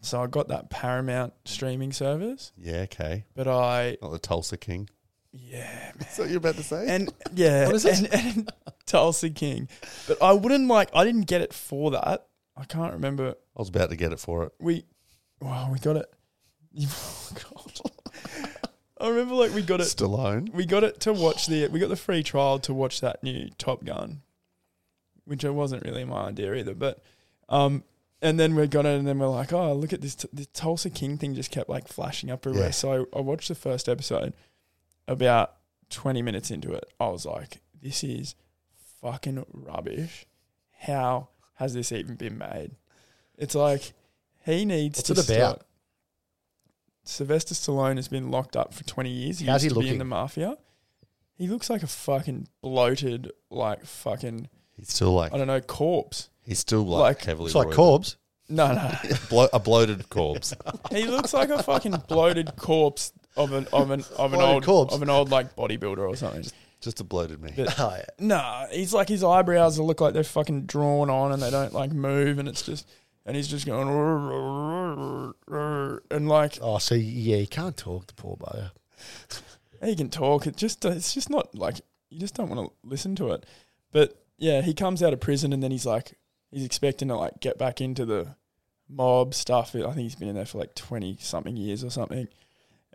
Speaker 2: so I got that Paramount streaming service,
Speaker 3: Yeah, okay.
Speaker 2: but I
Speaker 3: Not the Tulsa King. [LAUGHS]
Speaker 2: yeah
Speaker 3: That's what you're about to say.
Speaker 2: and yeah
Speaker 4: What is it?
Speaker 2: and, and [LAUGHS] Tulsa King, but I wouldn't like I didn't get it for that. I can't remember
Speaker 3: I was about to get it for it.
Speaker 2: we wow we got it. [LAUGHS] Oh, God. I remember like we got it.
Speaker 3: Stallone.
Speaker 2: we got it to watch the we got the free trial to watch that new Top Gun, which it wasn't really my idea either. But um, and then we got it, and then we're like, oh, look at this t- the Tulsa King thing just kept like flashing up everywhere.
Speaker 3: Yeah.
Speaker 2: So I, I watched the first episode about 20 minutes into it, I was like, this is fucking rubbish. How has this even been made? It's like he needs
Speaker 4: What's
Speaker 2: to
Speaker 4: it about?
Speaker 2: start- Sylvester Stallone has been locked up for 20 years. He used
Speaker 4: How's he
Speaker 2: to be in
Speaker 4: looking?
Speaker 2: the mafia. He looks like a fucking bloated, like fucking,
Speaker 3: He's still like
Speaker 2: I don't know, corpse.
Speaker 3: he's still like,
Speaker 2: like-
Speaker 3: heavily
Speaker 4: It's like
Speaker 3: roided.
Speaker 4: Corbs.
Speaker 2: No,
Speaker 4: [LAUGHS]
Speaker 2: no.
Speaker 3: Blo- a bloated corpse. [LAUGHS]
Speaker 2: He looks like a fucking bloated corpse of an of an of an
Speaker 4: Bloated
Speaker 2: old
Speaker 4: corpse.
Speaker 2: of an old like bodybuilder or something.
Speaker 3: Just a bloated me.
Speaker 2: But-
Speaker 4: Oh, yeah.
Speaker 2: Nah, he's like his eyebrows look like they're fucking drawn on and they don't like move and it's just and he's just going and like
Speaker 4: oh, so yeah, you can't talk to poor bugger.
Speaker 2: he can talk. It just uh, it's just not like you just don't want to listen to it. But yeah, he comes out of prison and then he's like he's expecting to like get back into the mob stuff. I think he's been in there for like twenty something years or something.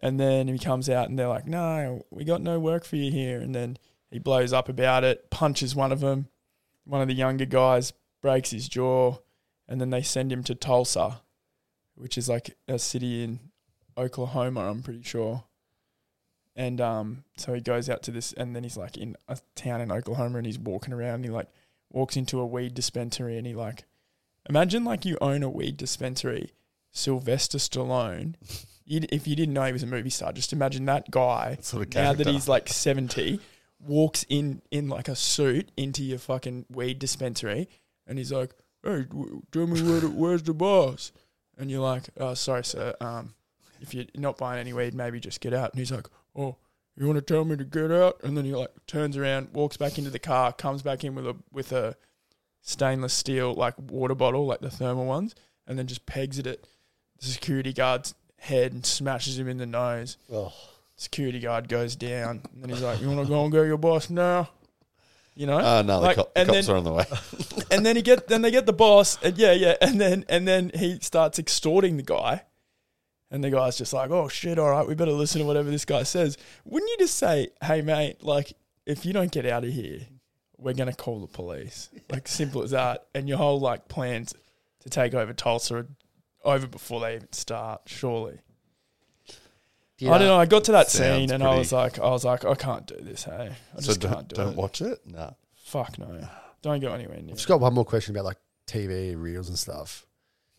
Speaker 2: And then he comes out and they're like, "No, we got no work for you here." And then he blows up about it, punches one of them, one of the younger guys breaks his jaw, and then they send him to Tulsa, which is like a city in Oklahoma, I'm pretty sure. And um, so he goes out to this, and then he's like in a town in Oklahoma, and he's walking around. And he like walks into a weed dispensary, and he like, imagine like you own a weed dispensary, Sylvester Stallone. You'd, if you didn't know he was a movie star, just imagine that guy.
Speaker 3: Sort of
Speaker 2: now that
Speaker 3: character.
Speaker 2: he's like seventy, walks in in like a suit into your fucking weed dispensary, and he's like, "Hey, w- tell me where the, where's the boss?" And you're like, "Oh, sorry, sir. Um, if you're not buying any weed, maybe just get out." And he's like, "Oh, you want to tell me to get out?" And then he like turns around, walks back into the car, comes back in with a with a stainless steel like water bottle, like the thermal ones, and then just pegs it at the security guard's head and smashes him in the nose.
Speaker 4: Oh,
Speaker 2: Security guard goes down, and then he's like, "You want to go and get your boss now?" You know,
Speaker 3: Oh no,
Speaker 2: Like,
Speaker 3: the, cop, the
Speaker 2: and
Speaker 3: cops
Speaker 2: then-
Speaker 3: are on the way.
Speaker 2: and then he get then they get the boss and yeah yeah and then and then he starts extorting the guy and the guy's just like oh shit all right we better listen to whatever this guy says wouldn't you just say hey mate like if you don't get out of here we're going to call the police like simple as that and your whole like plans to take over tulsa are over before they even start surely i don't know i got to that
Speaker 3: Sounds
Speaker 2: scene and i
Speaker 3: pretty-
Speaker 2: was like i was like i can't do this hey i [LAUGHS]
Speaker 3: so
Speaker 2: just
Speaker 3: don't,
Speaker 2: can't do
Speaker 3: don't
Speaker 2: it
Speaker 3: watch it. No.
Speaker 2: fuck no don't go anywhere near
Speaker 4: I've
Speaker 2: it.
Speaker 4: just got one more question about like TV reels and stuff.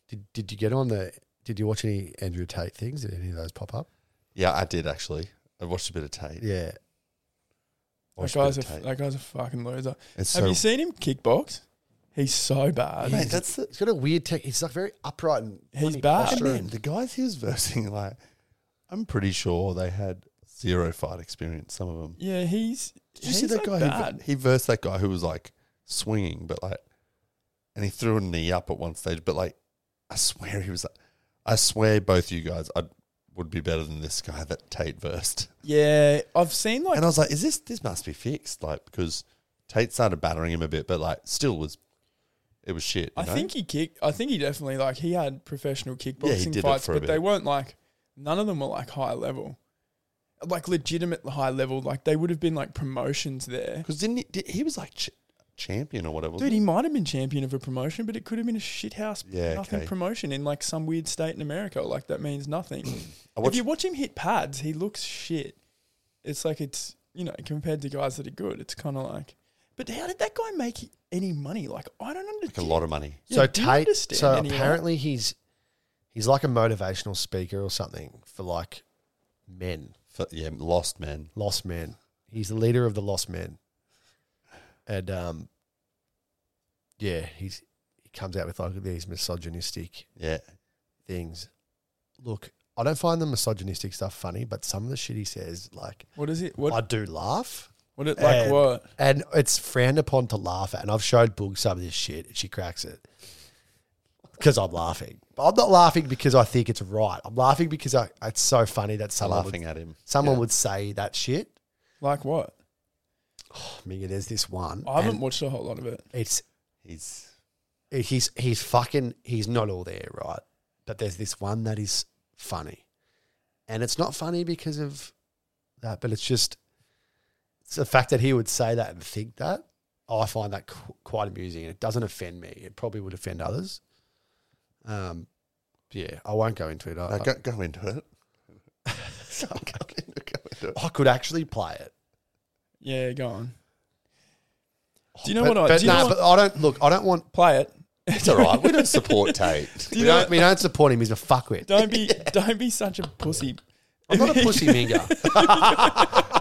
Speaker 4: Did did you get on the? Did you watch any Andrew Tate things? Did any of those pop up?
Speaker 3: Yeah, I did actually. I watched a bit of Tate.
Speaker 4: Yeah.
Speaker 2: That
Speaker 3: Watched a
Speaker 2: guy's,
Speaker 3: bit
Speaker 2: a,
Speaker 3: of Tate.
Speaker 2: that guy's a fucking loser.
Speaker 3: It's
Speaker 2: Have
Speaker 3: so
Speaker 2: you seen him kickbox? He's so bad.
Speaker 3: Mate, that's the
Speaker 4: He's got a weird tech. He's like very upright and
Speaker 2: He's
Speaker 4: funny
Speaker 2: bad.
Speaker 3: And
Speaker 4: posture
Speaker 3: man,
Speaker 4: and-
Speaker 3: the guys he was versing, like, I'm pretty sure they had zero fight experience. Some of them.
Speaker 2: yeah, he's.
Speaker 3: Did you see that guy?
Speaker 2: Bad.
Speaker 3: Who, he versed that guy who was like swinging, but like, and he threw a knee up at one stage. But like, I swear he was. I swear both you guys, I would be better than this guy that Tate versed.
Speaker 2: yeah, I've seen like.
Speaker 3: And I was like, is this this must be fixed? Like because Tate started battering him a bit, but like still was, it was shit. you
Speaker 2: I
Speaker 3: know?
Speaker 2: think he kicked. I think he definitely like he had professional kickboxing
Speaker 3: did it
Speaker 2: fights,
Speaker 3: for a
Speaker 2: but they
Speaker 3: bit.
Speaker 2: weren't like. None of them were like high level, like legitimate high level. Like they would have been like promotions there.
Speaker 3: because didn't he, did, he was like ch- champion or whatever.
Speaker 2: Dude,
Speaker 3: wasn't
Speaker 2: he might have been champion of a promotion, but it could have been a shithouse
Speaker 3: Yeah,
Speaker 2: nothing
Speaker 3: okay.
Speaker 2: promotion in like some weird state in America. Like that means nothing.
Speaker 3: I watched-
Speaker 2: if you watch him hit pads, he looks shit. It's like it's you know compared to guys that are good, it's kind of like. But how did that guy make any money? Like I don't
Speaker 3: he?
Speaker 2: understand.
Speaker 3: like a lot of money.
Speaker 4: so Tate. So apparently he's he's like a motivational speaker or something for like men,
Speaker 3: For, yeah, lost man.
Speaker 4: lost men. He's the leader of the lost men, and um, yeah, he's he comes out with like these misogynistic
Speaker 3: Yeah,
Speaker 4: things. Look, I don't find the misogynistic stuff funny, but some of the shit he says, like
Speaker 2: what is it? What
Speaker 4: I do laugh.
Speaker 2: what it like?
Speaker 4: and-
Speaker 2: What
Speaker 4: And it's frowned upon to laugh at. And I've showed Boog some of this shit, and she cracks it because I'm laughing. But I'm not laughing because I think it's right. I'm laughing because I, it's so funny that
Speaker 3: I'm
Speaker 4: someone
Speaker 3: laughing
Speaker 4: would,
Speaker 3: at him.
Speaker 4: someone
Speaker 3: Yeah.
Speaker 4: would say that shit.
Speaker 2: like what?
Speaker 4: I mean, there's this one.
Speaker 2: I haven't
Speaker 4: and
Speaker 2: watched a whole lot of it.
Speaker 4: It's
Speaker 3: He's
Speaker 4: he's he's fucking he's not all there, right? But there's this one that is funny, and it's not funny because of that, but it's just it's the fact that he would say that and think that. I find that qu- quite amusing, and it doesn't offend me. It probably would offend others. Um, yeah, I won't go into it. I,
Speaker 3: no, [LAUGHS] go, go into it. Go into- go into it.
Speaker 4: I, I could actually play it
Speaker 2: Yeah, go on. Do you know
Speaker 4: Oh, but,
Speaker 2: what I?
Speaker 4: but
Speaker 2: Do you know
Speaker 4: nah,
Speaker 2: what-
Speaker 4: but I don't look. I don't want.
Speaker 2: play it.
Speaker 5: It's all right. We don't
Speaker 2: [LAUGHS]
Speaker 5: support Tate.
Speaker 4: We don't, we don't support him. He's a fuckwit.
Speaker 2: Don't
Speaker 4: [LAUGHS]
Speaker 2: be don't be such a pussy.
Speaker 4: I'm not a
Speaker 2: [LAUGHS]
Speaker 4: pussy minger.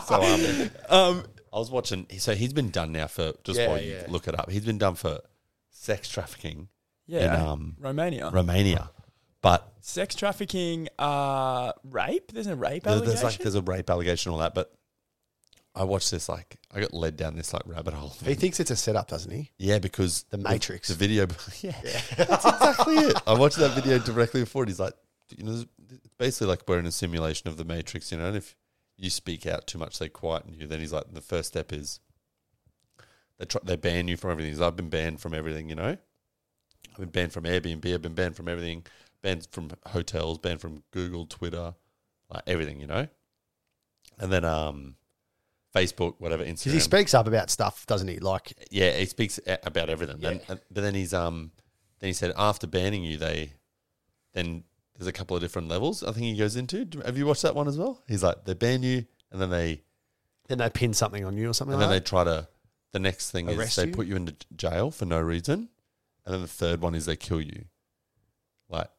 Speaker 5: so um,
Speaker 2: Um,
Speaker 3: I was watching. So he's been done now for just
Speaker 4: Yeah,
Speaker 3: while you
Speaker 4: yeah.
Speaker 3: look it up. He's been done for sex trafficking
Speaker 2: yeah,
Speaker 3: in um,
Speaker 2: Romania,
Speaker 3: Romania, but
Speaker 2: sex trafficking, uh, rape. There's a rape
Speaker 3: there-
Speaker 2: allegation.
Speaker 3: there's like there's a rape allegation and all that. But I watched this like I got led down this like rabbit hole.
Speaker 4: He thinks it's a setup, doesn't he?
Speaker 3: Yeah, because
Speaker 4: The Matrix.
Speaker 3: the video. [LAUGHS] Yeah, that's exactly it. I watched that video directly before, and he's like, you know, it's basically like we're in a simulation of the Matrix, you know. And if you speak out too much, they quieten you. Then he's like, the first step is they try, they ban you from everything. He's like, I've been banned from everything, you know. I've been banned from Airbnb. I've been banned from everything. Banned from hotels. Banned from Google, Twitter, like everything, you know. And then um, Facebook, whatever, Instagram.
Speaker 4: Because he speaks up about stuff, doesn't he? Like,
Speaker 3: Yeah, he speaks a- about everything. And, and- but then he's um, then he said after banning you, they then there's a couple of different levels. I think he goes into. Do- Have you watched that one as well? He's like they ban you, and then they
Speaker 4: then they pin something on you or something
Speaker 3: and
Speaker 4: like
Speaker 3: then they
Speaker 4: that.
Speaker 3: try to. The next thing
Speaker 4: Arrest
Speaker 3: is they
Speaker 4: you?
Speaker 3: put you into j- jail for no reason, and then the third one is they kill you. Like,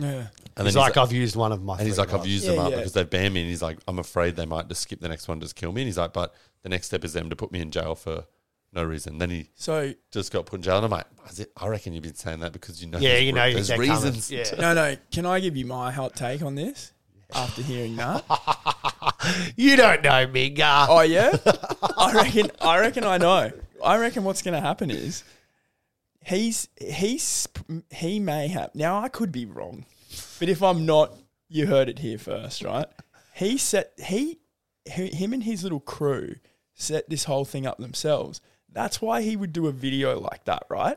Speaker 2: yeah.
Speaker 3: and
Speaker 4: he's
Speaker 3: then
Speaker 4: like, I've used one of my.
Speaker 3: and he's
Speaker 4: three
Speaker 3: like, I've
Speaker 4: lives."
Speaker 3: used
Speaker 2: Yeah,
Speaker 3: them up
Speaker 2: yeah.
Speaker 3: because they've banned me. And he's like, I'm afraid they might just skip the next one, just kill me. And he's like, but the next step is them to put me in jail for no reason. Then he
Speaker 2: So
Speaker 3: just got put in jail. And I'm like, is it, I reckon you've been saying that because you know.
Speaker 4: Yeah,
Speaker 3: there's
Speaker 4: you
Speaker 3: re-
Speaker 4: know,
Speaker 3: there's
Speaker 4: they're coming.
Speaker 3: reasons.
Speaker 4: Yeah.
Speaker 3: to-
Speaker 2: no, no. Can I give you my hot take on this? After hearing that,
Speaker 4: You don't
Speaker 3: [LAUGHS]
Speaker 4: know Minga.
Speaker 2: oh yeah, I reckon. I reckon I know. I reckon what's going to happen is he's he's he may have. Now I could be wrong, but if I'm not, you heard it here first, right? He set he h- him and his little crew set this whole thing up themselves. That's why he would do a video like that, right?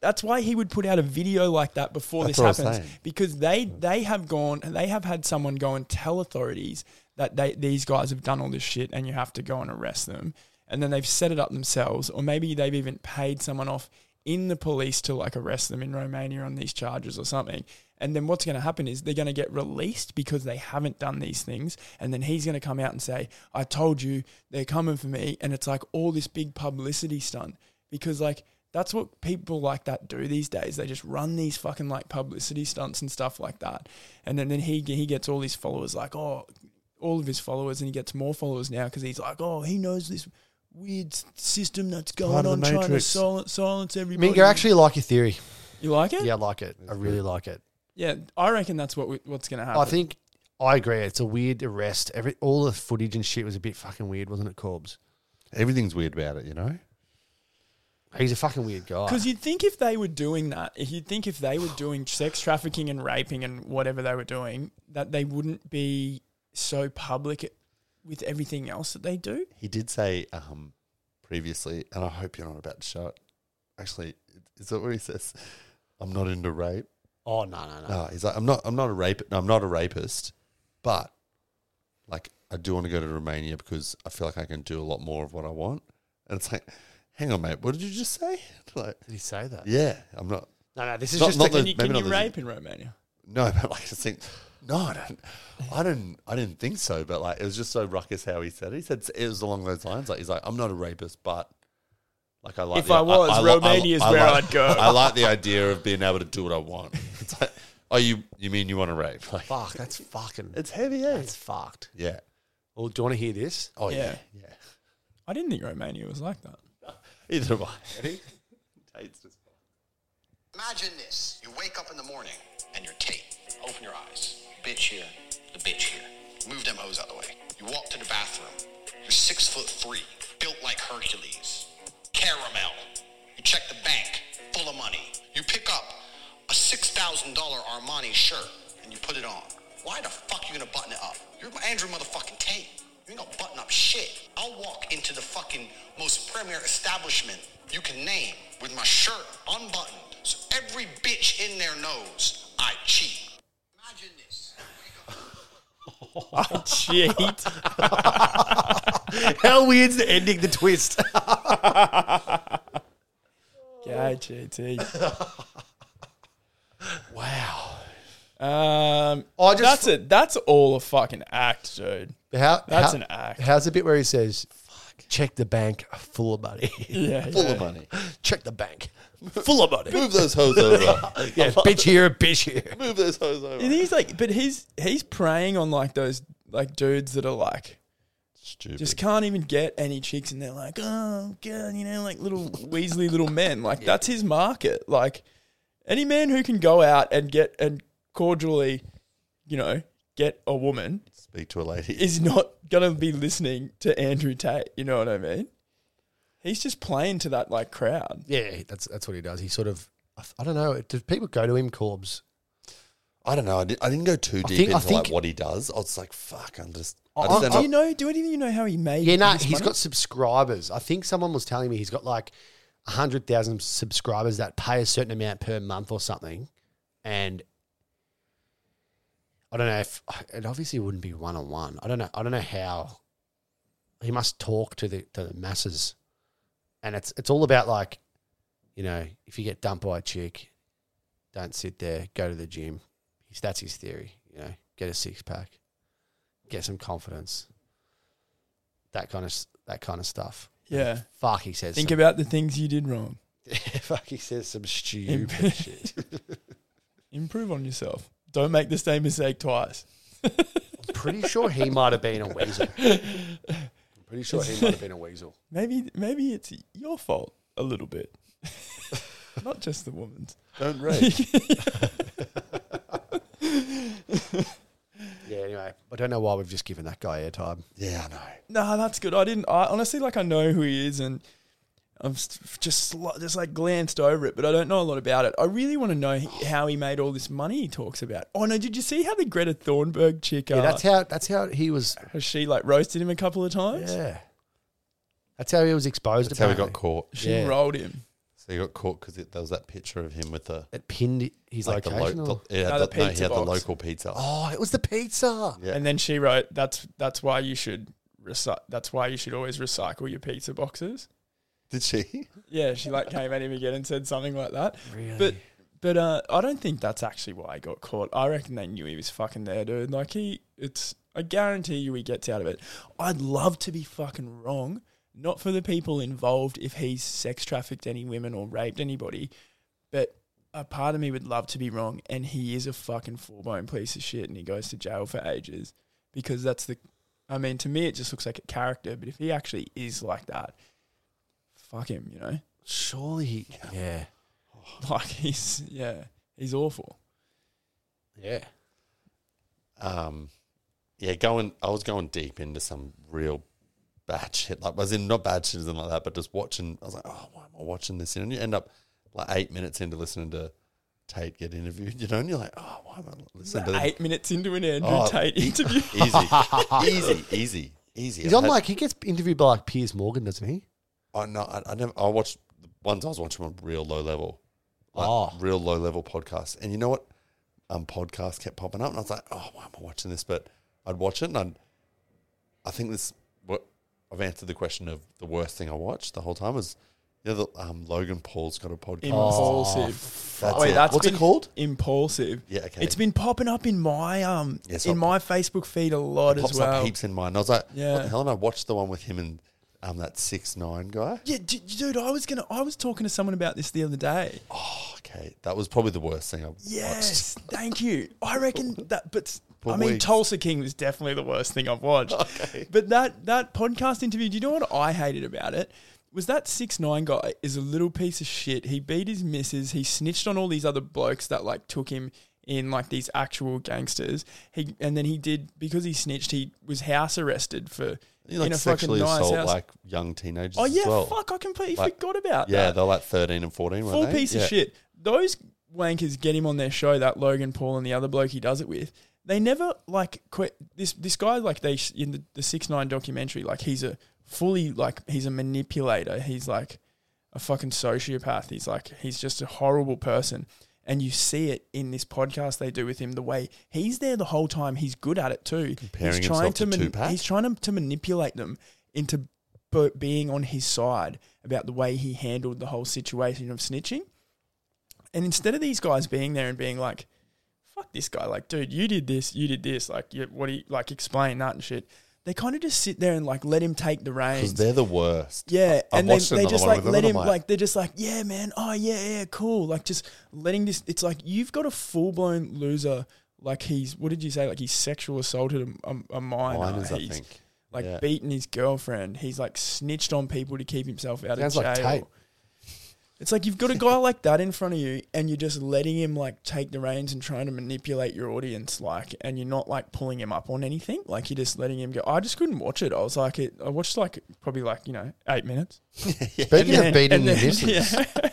Speaker 2: That's why he would put out a video like that before
Speaker 3: That's
Speaker 2: this
Speaker 3: what I was
Speaker 2: happens
Speaker 3: saying.
Speaker 2: because they they have gone they have had someone go and tell authorities that they these guys have done all this shit and you have to go and arrest them and then they've set it up themselves or maybe they've even paid someone off in the police to like arrest them in Romania on these charges or something and then what's going to happen is they're going to get released because they haven't done these things and then he's going to come out and say I told you they're coming for me and it's like all this big publicity stunt because like that's what people like that do these days. They just run these fucking like publicity stunts and stuff like that. And then, then he he gets all his followers like oh, all of his followers, and he gets more followers now because he's like oh he knows this weird s- system that's going
Speaker 3: of the
Speaker 2: on trying to
Speaker 3: Matrix.
Speaker 2: silence, silence everybody.
Speaker 4: Minga, I actually like your theory.
Speaker 2: you like it?
Speaker 4: Yeah, I like it. I really like it.
Speaker 2: yeah. I reckon that's what we, what's gonna happen.
Speaker 4: I think I agree. It's a weird arrest. Every all the footage and shit was a bit fucking weird, wasn't it, Corbs?
Speaker 3: Everything's weird about it, you know?
Speaker 4: He's a fucking weird guy.
Speaker 2: Because you'd think if they were doing that, if you'd think if they were doing sex trafficking and raping and whatever they were doing, that they wouldn't be so public with everything else that they do.
Speaker 3: He did say um, previously, and I hope you're not about to show it. Actually, is that what he says? I'm not into rape.
Speaker 4: Oh no, no, no.
Speaker 3: No, he's like, I'm not. I'm not a rape. I'm not a rapist, but like, I do want to go to Romania because I feel like I can do a lot more of what I want. And it's like, hang on, mate, what did you just say? [LAUGHS] Like,
Speaker 4: Did he say that?
Speaker 3: yeah, I'm not.
Speaker 4: No, no. This is
Speaker 3: Not-
Speaker 4: just
Speaker 3: not
Speaker 4: a,
Speaker 3: the- [LAUGHS]
Speaker 2: Can you,
Speaker 3: maybe
Speaker 2: can
Speaker 3: not
Speaker 2: you
Speaker 3: the-
Speaker 2: rape in Romania?
Speaker 3: No, [LAUGHS] but like I just think, no, I don't, I didn't, I didn't think so. But like, it was just so ruckus how he said it. He said s- it was along those lines. Like he's like, I'm not a rapist, but like I like.
Speaker 2: If I was, Romania's where
Speaker 3: like-
Speaker 2: I'd go.
Speaker 3: I like the idea of being able to do what I want. [LAUGHS] It's like, oh, you you mean you want to rape? [LAUGHS] Like,
Speaker 4: fuck. That's fucking.
Speaker 3: it's heavy, yeah.
Speaker 4: That's fucked.
Speaker 3: yeah.
Speaker 4: Well, do you want to hear this? [LAUGHS]
Speaker 3: Oh yeah,
Speaker 2: Yeah.
Speaker 3: yeah.
Speaker 2: I didn't think Romania was like that.
Speaker 3: Either way, [LAUGHS] Tate's just
Speaker 6: Imagine this. You wake up in the morning and you're Tate. Open your eyes. Bitch here. The bitch here. Move them hoes out of the way. You walk to the bathroom. You're six foot three, built like Hercules. Caramel. You check the bank, full of money. You pick up a $6,000 Armani shirt and you put it on. Why the fuck you gonna button it up? You're Andrew motherfucking Tate. You ain't gonna button up shit. I'll walk into the fucking most premier establishment you can name with my shirt unbuttoned so every bitch in there knows I cheat. Imagine this.
Speaker 2: Cheat.
Speaker 4: How weird's the ending?
Speaker 3: [LAUGHS]
Speaker 4: The twist.
Speaker 2: Yeah, [LAUGHS] GT.
Speaker 4: wow.
Speaker 2: Um,
Speaker 4: Oh, I just-
Speaker 2: that's it. That's all a fucking act, dude.
Speaker 4: How,
Speaker 2: That's
Speaker 4: how-
Speaker 2: an act.
Speaker 4: How's the bit where he says,
Speaker 3: Fuck.
Speaker 4: Check the bank full of money.
Speaker 2: [LAUGHS] Yeah,
Speaker 3: Full
Speaker 2: yeah.
Speaker 3: of money.
Speaker 4: [LAUGHS] Check the bank full of money.
Speaker 3: Move those hoes [LAUGHS] over.
Speaker 4: [LAUGHS] yeah, bitch here, bitch here.
Speaker 3: Move those hoes
Speaker 2: And
Speaker 3: over.
Speaker 2: he's like, but he's he's preying on like those like dudes that are like
Speaker 3: Stupid.
Speaker 2: just can't even get any chicks, and they're like, oh god, you know, like [LAUGHS] little Weasley little men. Like that's his market. Like any man who can go out and get and cordially, you know, get a woman
Speaker 3: Speak to a lady.
Speaker 2: is not gonna be listening to Andrew Tate. You know what I mean? He's just playing to that like crowd.
Speaker 4: Yeah, that's that's what he does. He sort of, I th- I don't know. Did people go to him, Corbs?
Speaker 3: I don't know. I, did, I didn't go too deep
Speaker 4: think- I
Speaker 3: into like
Speaker 4: think-
Speaker 3: what he does. I was like, fuck. I'm just.
Speaker 4: I-
Speaker 3: I just end
Speaker 2: Do
Speaker 3: up,
Speaker 2: you know? Do any of you know how he made?
Speaker 4: Yeah, no,
Speaker 2: his
Speaker 4: he's
Speaker 2: money?
Speaker 4: got subscribers. I think someone was telling me he's got like hundred thousand subscribers that pay a certain amount per month or something, and I don't know if it obviously wouldn't be one on one. I don't know. I don't know how he must talk to the to the masses, and it's it's all about like, you know, if you get dumped by a chick, don't sit there. Go to the gym. He's, that's his theory. You know, get a six pack, get some confidence. That kind of s- that kind of stuff.
Speaker 2: Yeah.
Speaker 4: Fuck, he says.
Speaker 2: Think
Speaker 4: some,
Speaker 2: about the things you did wrong.
Speaker 4: [LAUGHS] fuck, he says some stupid
Speaker 2: Imp-
Speaker 4: shit.
Speaker 2: [LAUGHS] Improve on yourself. Don't make the same mistake twice. [LAUGHS]
Speaker 4: Pretty sure he might have been a weasel. I'm pretty sure he might have been a weasel.
Speaker 2: Maybe maybe it's your fault a little bit. [LAUGHS] Not just the woman's.
Speaker 3: don't rage.
Speaker 4: Yeah. Anyway, I don't know why we've just given that guy airtime.
Speaker 3: yeah, I know.
Speaker 2: No, that's good. I didn't. I honestly like I know who he is, and I'm s- just sli- just like glanced over it, but I don't know a lot about it. I really want to know how he made all this money he talks about. Oh no, did you see how the Greta Thornburg chick?
Speaker 4: Yeah,
Speaker 2: uh,
Speaker 4: that's how that's how he was.
Speaker 2: how she like roasted him a couple of times.
Speaker 4: Yeah, that's how he was exposed.
Speaker 3: That's how he got
Speaker 4: apparently.
Speaker 3: caught.
Speaker 2: She
Speaker 4: Yeah.
Speaker 2: rolled him.
Speaker 3: So he got caught because there was that picture of him with the
Speaker 4: It pinned his
Speaker 3: like the, lo-
Speaker 4: location.
Speaker 3: the,
Speaker 4: or-
Speaker 3: it had
Speaker 2: No,
Speaker 3: the,
Speaker 2: the
Speaker 3: no, he
Speaker 2: pizza
Speaker 3: had the
Speaker 2: box.
Speaker 3: local pizza.
Speaker 4: oh, it was the pizza.
Speaker 3: Yeah.
Speaker 2: And then she wrote, "That's that's why you should recy- that's why you should always recycle your pizza boxes."
Speaker 3: [LAUGHS] Did she?
Speaker 2: Yeah, she like came at him again and said something like that. Really? But but uh, I don't think that's actually why he got caught. I reckon they knew he was fucking there, dude. Like he, it's I guarantee you he gets out of it. I'd love to be fucking wrong, not for the people involved if he's sex trafficked any women or raped anybody, but a part of me would love to be wrong. And he is a fucking full blown piece of shit, and he goes to jail for ages because that's the. I mean, to me, it just looks like a character. But if he actually is like that, fuck him, you know. [LAUGHS]
Speaker 4: Surely, he, yeah,
Speaker 2: Like he's yeah, he's awful.
Speaker 4: yeah.
Speaker 3: Um, yeah, going. I was going deep into some real bad shit. Like, was in not bad shit and like that, but just watching. I was like, oh, why am I watching this? And you end up like eight minutes into listening to Tate get interviewed. You know, and you're like, oh, why am I listening to this?
Speaker 2: Eight minutes into an Andrew
Speaker 3: Oh,
Speaker 2: Tate
Speaker 3: e-
Speaker 2: interview.
Speaker 3: [LAUGHS]
Speaker 2: [LAUGHS]
Speaker 3: Easy, easy, easy, easy.
Speaker 4: He's
Speaker 3: I
Speaker 4: on
Speaker 3: had-
Speaker 4: like he gets interviewed by like Piers Morgan, doesn't he?
Speaker 3: I no, I, I never. I watched the ones I was watching on real low level, like
Speaker 4: Oh.
Speaker 3: real low level podcasts. And you know what? Um, podcast kept popping up, and I was like, oh, why am I watching this? But I'd watch it, and I'd, I think this what I've answered the question of the worst thing I watched the whole time was. You know, the, um, Logan Paul's got a podcast.
Speaker 2: Impulsive.
Speaker 3: That's
Speaker 2: Wait,
Speaker 3: it.
Speaker 2: that's
Speaker 3: Oh, What's
Speaker 2: been-
Speaker 3: it called?
Speaker 2: Impulsive.
Speaker 3: Yeah, okay.
Speaker 2: It's been popping up in my um
Speaker 3: Yeah, so
Speaker 2: in
Speaker 3: it
Speaker 2: my Facebook feed a lot
Speaker 3: It
Speaker 2: as
Speaker 3: pops
Speaker 2: well.
Speaker 3: up heaps in mine. I was like, what
Speaker 2: Yeah.
Speaker 3: the hell? And I watched the one with him and um, that six nine guy.
Speaker 2: Yeah, d- dude, I was gonna I was talking to someone about this the other day.
Speaker 3: Okay, that was probably the worst thing I've watched.
Speaker 2: Yes, thank you. I
Speaker 3: [LAUGHS]
Speaker 2: reckon that, but
Speaker 3: For
Speaker 2: I mean,
Speaker 3: weeks.
Speaker 2: Tulsa King was definitely the worst thing I've watched.
Speaker 3: [LAUGHS] Okay.
Speaker 2: But that that podcast interview, do you know what I hated about it? Was that six nine guy is a little piece of shit. He beat his missus. He snitched on all these other blokes that like took him in like these actual gangsters. He and then he did because he snitched. He was house arrested for
Speaker 3: You like
Speaker 2: in a
Speaker 3: sexually
Speaker 2: fucking nice
Speaker 3: assault
Speaker 2: house.
Speaker 3: like young teenagers.
Speaker 2: oh yeah,
Speaker 3: as well.
Speaker 2: fuck! I completely
Speaker 3: Like,
Speaker 2: forgot about
Speaker 3: Yeah,
Speaker 2: that
Speaker 3: they're like thirteen and fourteen. weren't
Speaker 2: full
Speaker 3: they?
Speaker 2: piece of
Speaker 3: Yeah.
Speaker 2: shit. Those wankers get him on their show. That Logan Paul and the other bloke he does it with. They never like quit. This this guy like they sh- in the, the six nine documentary like he's a fully like he's a manipulator. He's like a fucking sociopath. He's like he's just a horrible person. And you see it in this podcast they do with him. The way he's there the whole time, he's good at it too.
Speaker 3: Comparing
Speaker 2: he's trying
Speaker 3: himself to Tupac?
Speaker 2: he's trying to, to manipulate them into b- being on his side about the way he handled the whole situation of snitching. And instead of these guys being there and being like, "Fuck this guy," like, dude, you did this, you did this, like, you, what do you like? Explain that and shit. they kind of just sit there and like let him take the
Speaker 3: because
Speaker 2: reins.
Speaker 3: they're the worst.
Speaker 2: Yeah,
Speaker 3: I- I've
Speaker 2: and they,
Speaker 3: watched
Speaker 2: they
Speaker 3: another
Speaker 2: just
Speaker 3: one
Speaker 2: like
Speaker 3: with
Speaker 2: let
Speaker 3: them,
Speaker 2: him
Speaker 3: I'm like-
Speaker 2: like they're just like yeah man oh yeah yeah cool like just letting this it's like you've got a full blown loser like he's what did you say like he sexual assaulted a, a, a minor
Speaker 3: Minors, I
Speaker 2: he's
Speaker 3: think.
Speaker 2: like
Speaker 3: Yeah.
Speaker 2: beaten his girlfriend he's like snitched on people to keep himself out
Speaker 4: Sounds
Speaker 2: of jail
Speaker 4: like Tate.
Speaker 2: it's like you've got a guy like that in front of you and you're just letting him like take the reins and trying to manipulate your audience like and you're not like pulling him up on anything like you're just letting him go i just couldn't watch it i was like it i watched like probably like you know eight minutes
Speaker 4: Speaking
Speaker 2: and
Speaker 4: of
Speaker 2: then-
Speaker 4: beating
Speaker 2: and
Speaker 4: your
Speaker 2: then- [LAUGHS]
Speaker 4: missus,
Speaker 2: yeah.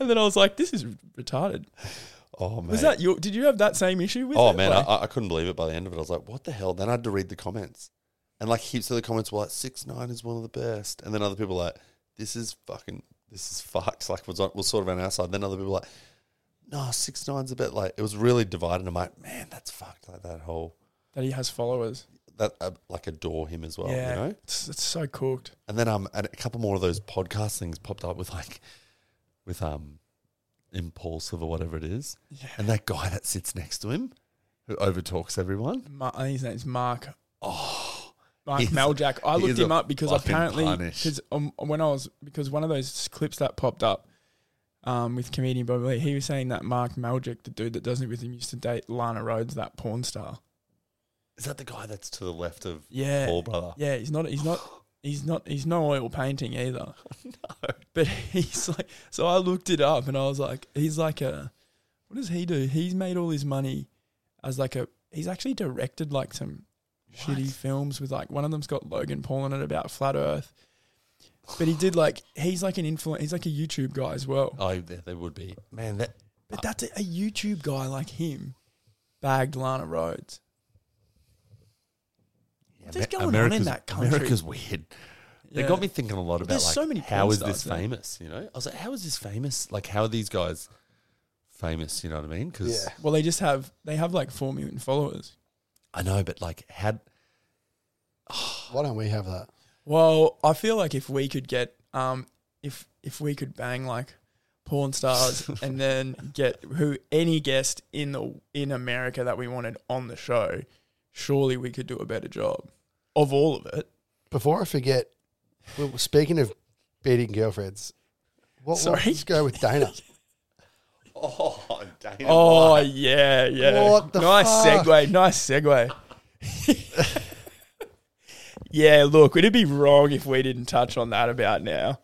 Speaker 2: and then I was like, "This is retarded."
Speaker 3: Oh man.
Speaker 2: Was that your? Did you have that same issue with?
Speaker 3: oh
Speaker 2: it?
Speaker 3: man,
Speaker 2: Like,
Speaker 3: I, I couldn't believe it by the end of it. I was like, what the hell? Then I had to read the comments, and like heaps of the comments were like, six nine is one of the best, and then other people were like, this is fucking, this is fucked. [LAUGHS] Like was on- was sort of on our side. Then other people were like, no, six nine's a bit like it was really divided. I'm like, man, that's fucked. Like that whole
Speaker 2: that he has followers.
Speaker 3: that I, like adore him as well.
Speaker 2: yeah,
Speaker 3: You know.
Speaker 2: it's, it's so cooked.
Speaker 3: And then um, and a couple more of those podcast things popped up with like, with um, impulsive or whatever it is,
Speaker 2: Yeah.
Speaker 3: and that guy that sits next to him, who overtalks everyone.
Speaker 2: Ma- I think his name's Mark.
Speaker 3: Oh,
Speaker 2: Mark
Speaker 3: He's-
Speaker 2: Meljak. I
Speaker 3: he
Speaker 2: looked
Speaker 3: is
Speaker 2: him
Speaker 3: a
Speaker 2: up because
Speaker 3: fucking
Speaker 2: apparently,
Speaker 3: punish.
Speaker 2: because um, when I was because one of those clips that popped up. Um, with comedian Bob Lee, he was saying that Mark Maljic, the dude that does it with him, used to date Lana Rhodes, that porn star.
Speaker 3: is that the guy that's to the left of
Speaker 2: Yeah,
Speaker 3: Paul brother?
Speaker 2: Yeah, he's not. He's not. He's not. He's no oil painting
Speaker 3: [LAUGHS]
Speaker 2: either.
Speaker 3: No.
Speaker 2: But he's like. So I looked it up, and I was like, he's like a. What does he do? He's made all his money as like a. He's actually directed like some shitty films with like one of them's got Logan Paul in it about flat Earth. But he did like he's like an influencer. He's like a YouTube guy as well.
Speaker 3: Oh, there, there would be man. That
Speaker 2: But that's a, a YouTube guy like him bagged Lana Rhodes. What is
Speaker 3: Amer-
Speaker 2: going on in
Speaker 3: America's-
Speaker 2: that country?
Speaker 3: America's weird. They
Speaker 2: Yeah.
Speaker 3: got me thinking a lot about
Speaker 2: there's
Speaker 3: like
Speaker 2: so many
Speaker 3: how
Speaker 2: porn
Speaker 3: is this
Speaker 2: stars, eh?
Speaker 3: famous? You know, I was like, how is this famous? Like, how are these guys famous? You know what I mean? Because
Speaker 4: Yeah.
Speaker 2: Well, they just have they have like four million followers.
Speaker 3: I know, but like, had
Speaker 4: why don't we have that?
Speaker 2: Well, I feel like if we could get um if if we could bang like porn stars and then get who any guest in the in America that we wanted on the show, surely we could do a better job of all of it.
Speaker 4: Before I forget, well, speaking of beating girlfriends, what,
Speaker 2: Sorry.
Speaker 4: what let's go
Speaker 2: [LAUGHS]
Speaker 4: with Dana.
Speaker 5: Oh, Dana.
Speaker 2: Oh yeah, yeah.
Speaker 4: What the
Speaker 2: nice
Speaker 4: fuck?
Speaker 2: segue. Nice segue. yeah, look, it'd be wrong if we didn't touch on that about now.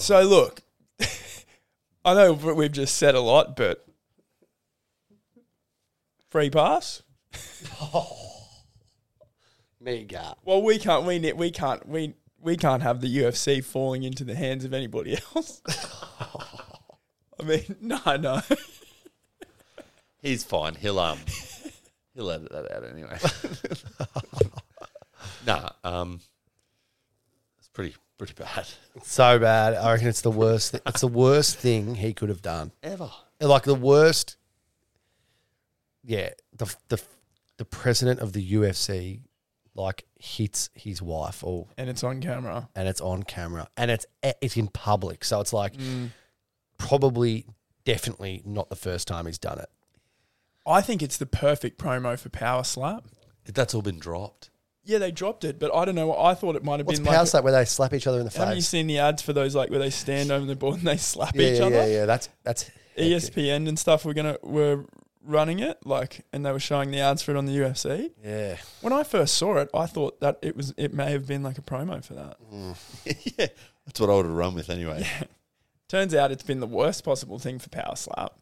Speaker 2: So look, [LAUGHS] I know we- we've just said a lot, but free pass.
Speaker 4: Mega.
Speaker 2: Well, we can't. We ne- we can't. We we can't have the UFC falling into the hands of anybody [LAUGHS] else. I mean, [LAUGHS] no, no.
Speaker 3: he's fine. He'll um, he'll edit that out anyway. [LAUGHS] nah, um, it's pretty pretty bad.
Speaker 4: So bad. I reckon it's the worst. Th- it's the worst thing he could have done.
Speaker 3: Ever
Speaker 4: Like the worst. Yeah, the the the president of the UFC like hits his wife or
Speaker 2: And it's on camera.
Speaker 4: and it's on camera and it's it's in public. So it's like
Speaker 2: Mm.
Speaker 4: probably definitely not the first time he's done it.
Speaker 2: I think it's the perfect promo for Power Slap.
Speaker 3: that's all been dropped.
Speaker 2: Yeah, they dropped it, but I don't know. I thought it might have
Speaker 4: What's
Speaker 2: been
Speaker 4: power
Speaker 2: like.
Speaker 4: slap where they slap each other in the
Speaker 2: Haven't you
Speaker 4: face?
Speaker 2: seen the ads for those like where they stand over the board and they slap
Speaker 4: Yeah,
Speaker 2: each
Speaker 4: yeah,
Speaker 2: other? E
Speaker 4: yeah, yeah. That's that's hectic.
Speaker 2: ESPN and stuff were gonna were running it like, and they were showing the ads for it on the UFC.
Speaker 4: Yeah,
Speaker 2: When I first saw it, I thought that it was it may have been like a promo for that.
Speaker 3: [LAUGHS] yeah, that's what I would have run with anyway.
Speaker 2: Turns out it's been the worst possible thing for Power Slap.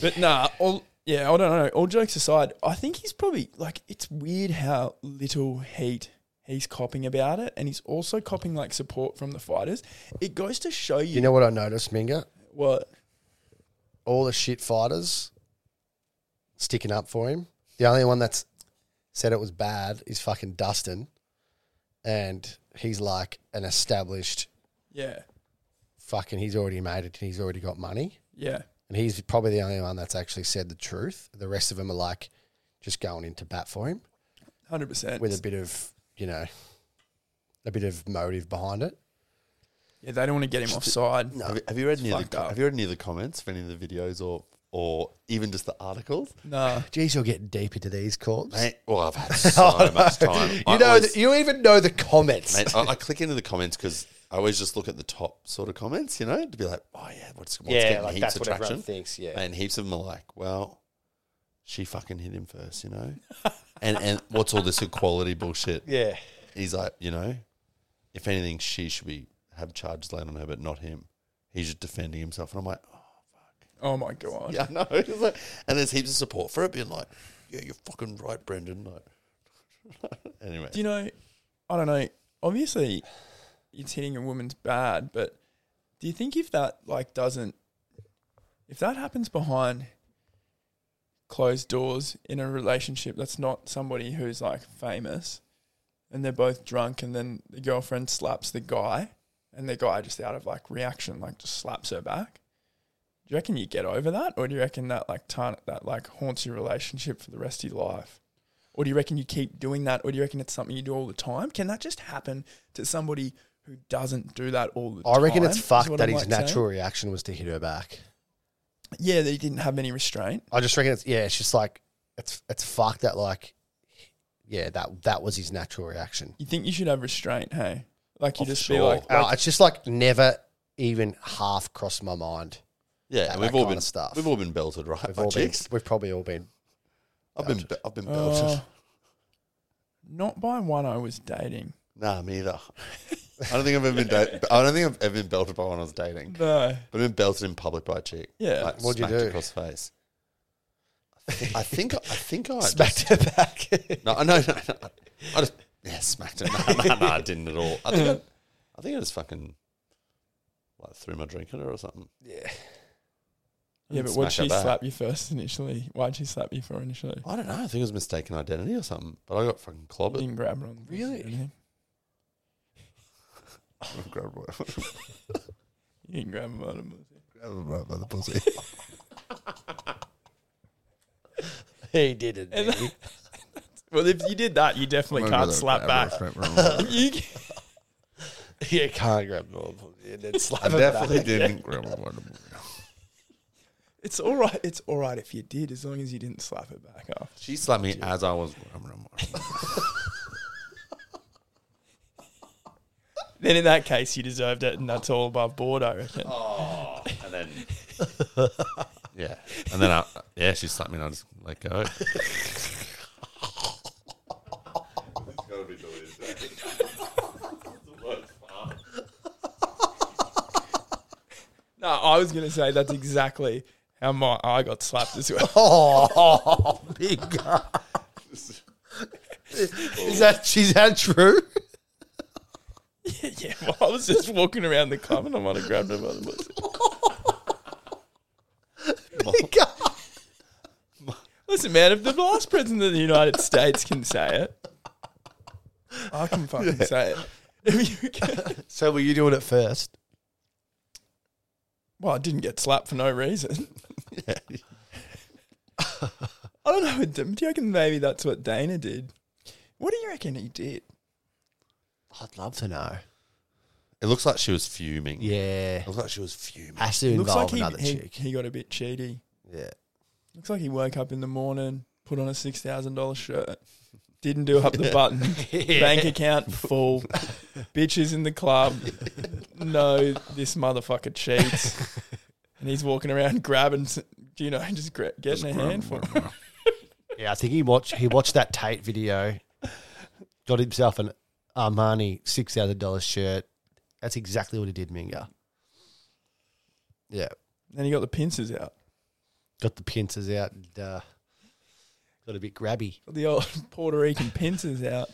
Speaker 2: But nah, all yeah, I don't know. All jokes aside, I think he's probably like it's weird how little heat he's copping about it, and he's also copping like support from the fighters. It goes to show you,
Speaker 4: you know what I noticed, Minga?
Speaker 2: what
Speaker 4: all the shit fighters sticking up for him. The only one that's said it was bad is fucking Dustin, and he's like an established
Speaker 2: yeah,
Speaker 4: fucking. He's already made it and he's already got money,
Speaker 2: yeah,
Speaker 4: and he's probably the only one that's actually said the truth. The rest of them are like just going into bat for him
Speaker 2: hundred percent.
Speaker 4: with a bit of you know a bit of motive behind it.
Speaker 2: Yeah, they don't want to get him offside.
Speaker 3: Have, you- have you read any of the
Speaker 2: fucked
Speaker 3: co-
Speaker 2: up.
Speaker 3: Have you read any of the comments for any of the videos or or even just the articles.
Speaker 2: Nah.
Speaker 4: Jeez, you're getting deep into these calls.
Speaker 3: Mate, well, I've had so
Speaker 4: [LAUGHS]
Speaker 3: much time.
Speaker 4: You
Speaker 3: I
Speaker 4: know,
Speaker 3: always-
Speaker 4: that you even know the comments.
Speaker 3: Mate, I, I click into the comments because I always just look at the top sort of comments, you know, to be like, oh yeah, what's, what's
Speaker 7: yeah,
Speaker 3: getting
Speaker 7: like
Speaker 3: heaps
Speaker 7: that's
Speaker 3: of
Speaker 7: what
Speaker 3: traction?
Speaker 7: everyone thinks. Yeah,
Speaker 3: And heaps of them are like, well, she fucking hit him first, you know, [LAUGHS] and and what's all this equality bullshit?
Speaker 7: yeah.
Speaker 3: He's like, you know, if anything, she should be have charges laid on her, but not him. He's just defending himself, and I'm like, oh,
Speaker 2: Oh my god.
Speaker 3: yeah, I know. [LAUGHS] It's like, and there's heaps of support for it, being like, yeah, you're fucking right, Brendan. Like, [LAUGHS] anyway,
Speaker 2: Do you know? I don't know. Obviously, it's hitting a woman's bad, but do you think if that like doesn't, if that happens behind closed doors in a relationship that's not somebody who's like famous, and they're both drunk, and then the girlfriend slaps the guy, and the guy just out of like reaction, like just slaps her back. Do you reckon you get over that, or do you reckon that like tarn- that like haunts your relationship for the rest of your life? Or do you reckon you keep doing that? Or do you reckon it's something you do all the time? Can that just happen to somebody who doesn't do that all the
Speaker 4: I
Speaker 2: time?
Speaker 4: reckon it's
Speaker 2: is
Speaker 4: fucked
Speaker 2: what
Speaker 4: that
Speaker 2: I'm,
Speaker 4: his
Speaker 2: like, saying?
Speaker 4: natural reaction was to hit her back.
Speaker 2: Yeah, that he didn't have any restraint.
Speaker 4: I just reckon it's yeah, it's just like it's it's fucked that like yeah, that that was his natural reaction.
Speaker 2: You think you should have restraint, hey? Like you
Speaker 3: Oh, for
Speaker 2: just be
Speaker 3: sure.
Speaker 2: like,
Speaker 4: Uh, it's just like never even half crossed my mind.
Speaker 3: yeah,
Speaker 4: that-
Speaker 3: and
Speaker 4: that
Speaker 3: we've all
Speaker 4: kind
Speaker 3: been
Speaker 4: of stuff.
Speaker 3: We've all been belted, right?
Speaker 4: We've
Speaker 3: by
Speaker 4: all been,
Speaker 3: chicks?
Speaker 4: we've probably all been.
Speaker 3: I've been, be- I've been belted.
Speaker 2: "Oh, not by one I was dating.
Speaker 3: [LAUGHS] Nah, me either. I don't think I've ever been. Da- I don't think I've ever been belted by when I was dating.
Speaker 2: No.
Speaker 3: But I've been belted in public by a chick.
Speaker 2: Yeah.
Speaker 3: like,
Speaker 4: What'd you
Speaker 3: smacked
Speaker 4: do?
Speaker 3: Across the face. I think. I think
Speaker 2: [LAUGHS]
Speaker 3: I
Speaker 4: Smacked her back. [LAUGHS]
Speaker 3: Just, no, no, no, no. I just yeah, smacked her. [LAUGHS] No, no, no, I didn't at all. I think. I, I think I just fucking like threw my drink at her or something.
Speaker 2: Yeah, but
Speaker 3: I'd
Speaker 2: would
Speaker 3: smack her
Speaker 2: she
Speaker 3: back.
Speaker 2: slap you first initially? Why'd she slap you for initially?
Speaker 3: I don't know. I think it was mistaken identity or something. But I got fucking
Speaker 2: You
Speaker 3: [LAUGHS] clobbered.
Speaker 2: didn't grab her on the pussy or
Speaker 4: Really?
Speaker 2: anything.
Speaker 3: Grabbed by-
Speaker 2: You didn't grab her on the pussy.
Speaker 3: grabbed by- by the pussy.
Speaker 7: He didn't.
Speaker 2: And- Well, if you did that, you definitely can't slap back. You c-
Speaker 7: you can't grab normal and
Speaker 3: [LAUGHS]
Speaker 7: then slap
Speaker 3: I
Speaker 7: it back.
Speaker 3: definitely [LAUGHS] didn't grab her.
Speaker 2: it's all right. It's all right if you did, as long as you didn't slap her back after.
Speaker 3: She slapped me as I was grabbing her.
Speaker 2: Then in that case, you deserved it, and that's all above board, I reckon.
Speaker 3: Oh, and then [LAUGHS] yeah, and then I yeah, she slapped me and I just let go. [LAUGHS]
Speaker 2: No, I was gonna say that's exactly how my I got slapped as well.
Speaker 4: oh, big. Is that
Speaker 3: [LAUGHS]
Speaker 4: is that true?
Speaker 2: [LAUGHS] yeah, well, I was just walking around the club, and I might have grabbed her by the pussy.
Speaker 4: [LAUGHS]
Speaker 2: Listen, man, if the last president of the United States can say it, I can fucking say it. If you can-
Speaker 4: so were you doing it first?
Speaker 2: Well, I didn't get slapped for no reason. I don't know. Do you reckon maybe that's what Dana did? What do you reckon he did?
Speaker 4: I'd love to know.
Speaker 3: It looks like she was fuming.
Speaker 4: Yeah,
Speaker 3: it looks like she was fuming.
Speaker 4: has to
Speaker 2: Looks like
Speaker 4: involve
Speaker 2: he,
Speaker 4: another
Speaker 2: he,
Speaker 4: chick.
Speaker 2: he got a bit cheaty.
Speaker 4: Yeah.
Speaker 2: Looks like he woke up in the morning, put on a six thousand dollar shirt, didn't do [LAUGHS] up the button, bank account full, bitches in the club. No, this motherfucker cheats, and he's walking around grabbing, s- you know, just gra- getting a handful.
Speaker 4: Yeah, I think he watched he watched that Tate video, got himself an Armani six thousand dollars shirt. That's exactly what he did, Minga. Yeah,
Speaker 2: Then he got the pincers out.
Speaker 4: got the pincers out and uh, got a bit grabby.
Speaker 2: Got the old [LAUGHS] Puerto Rican pincers out.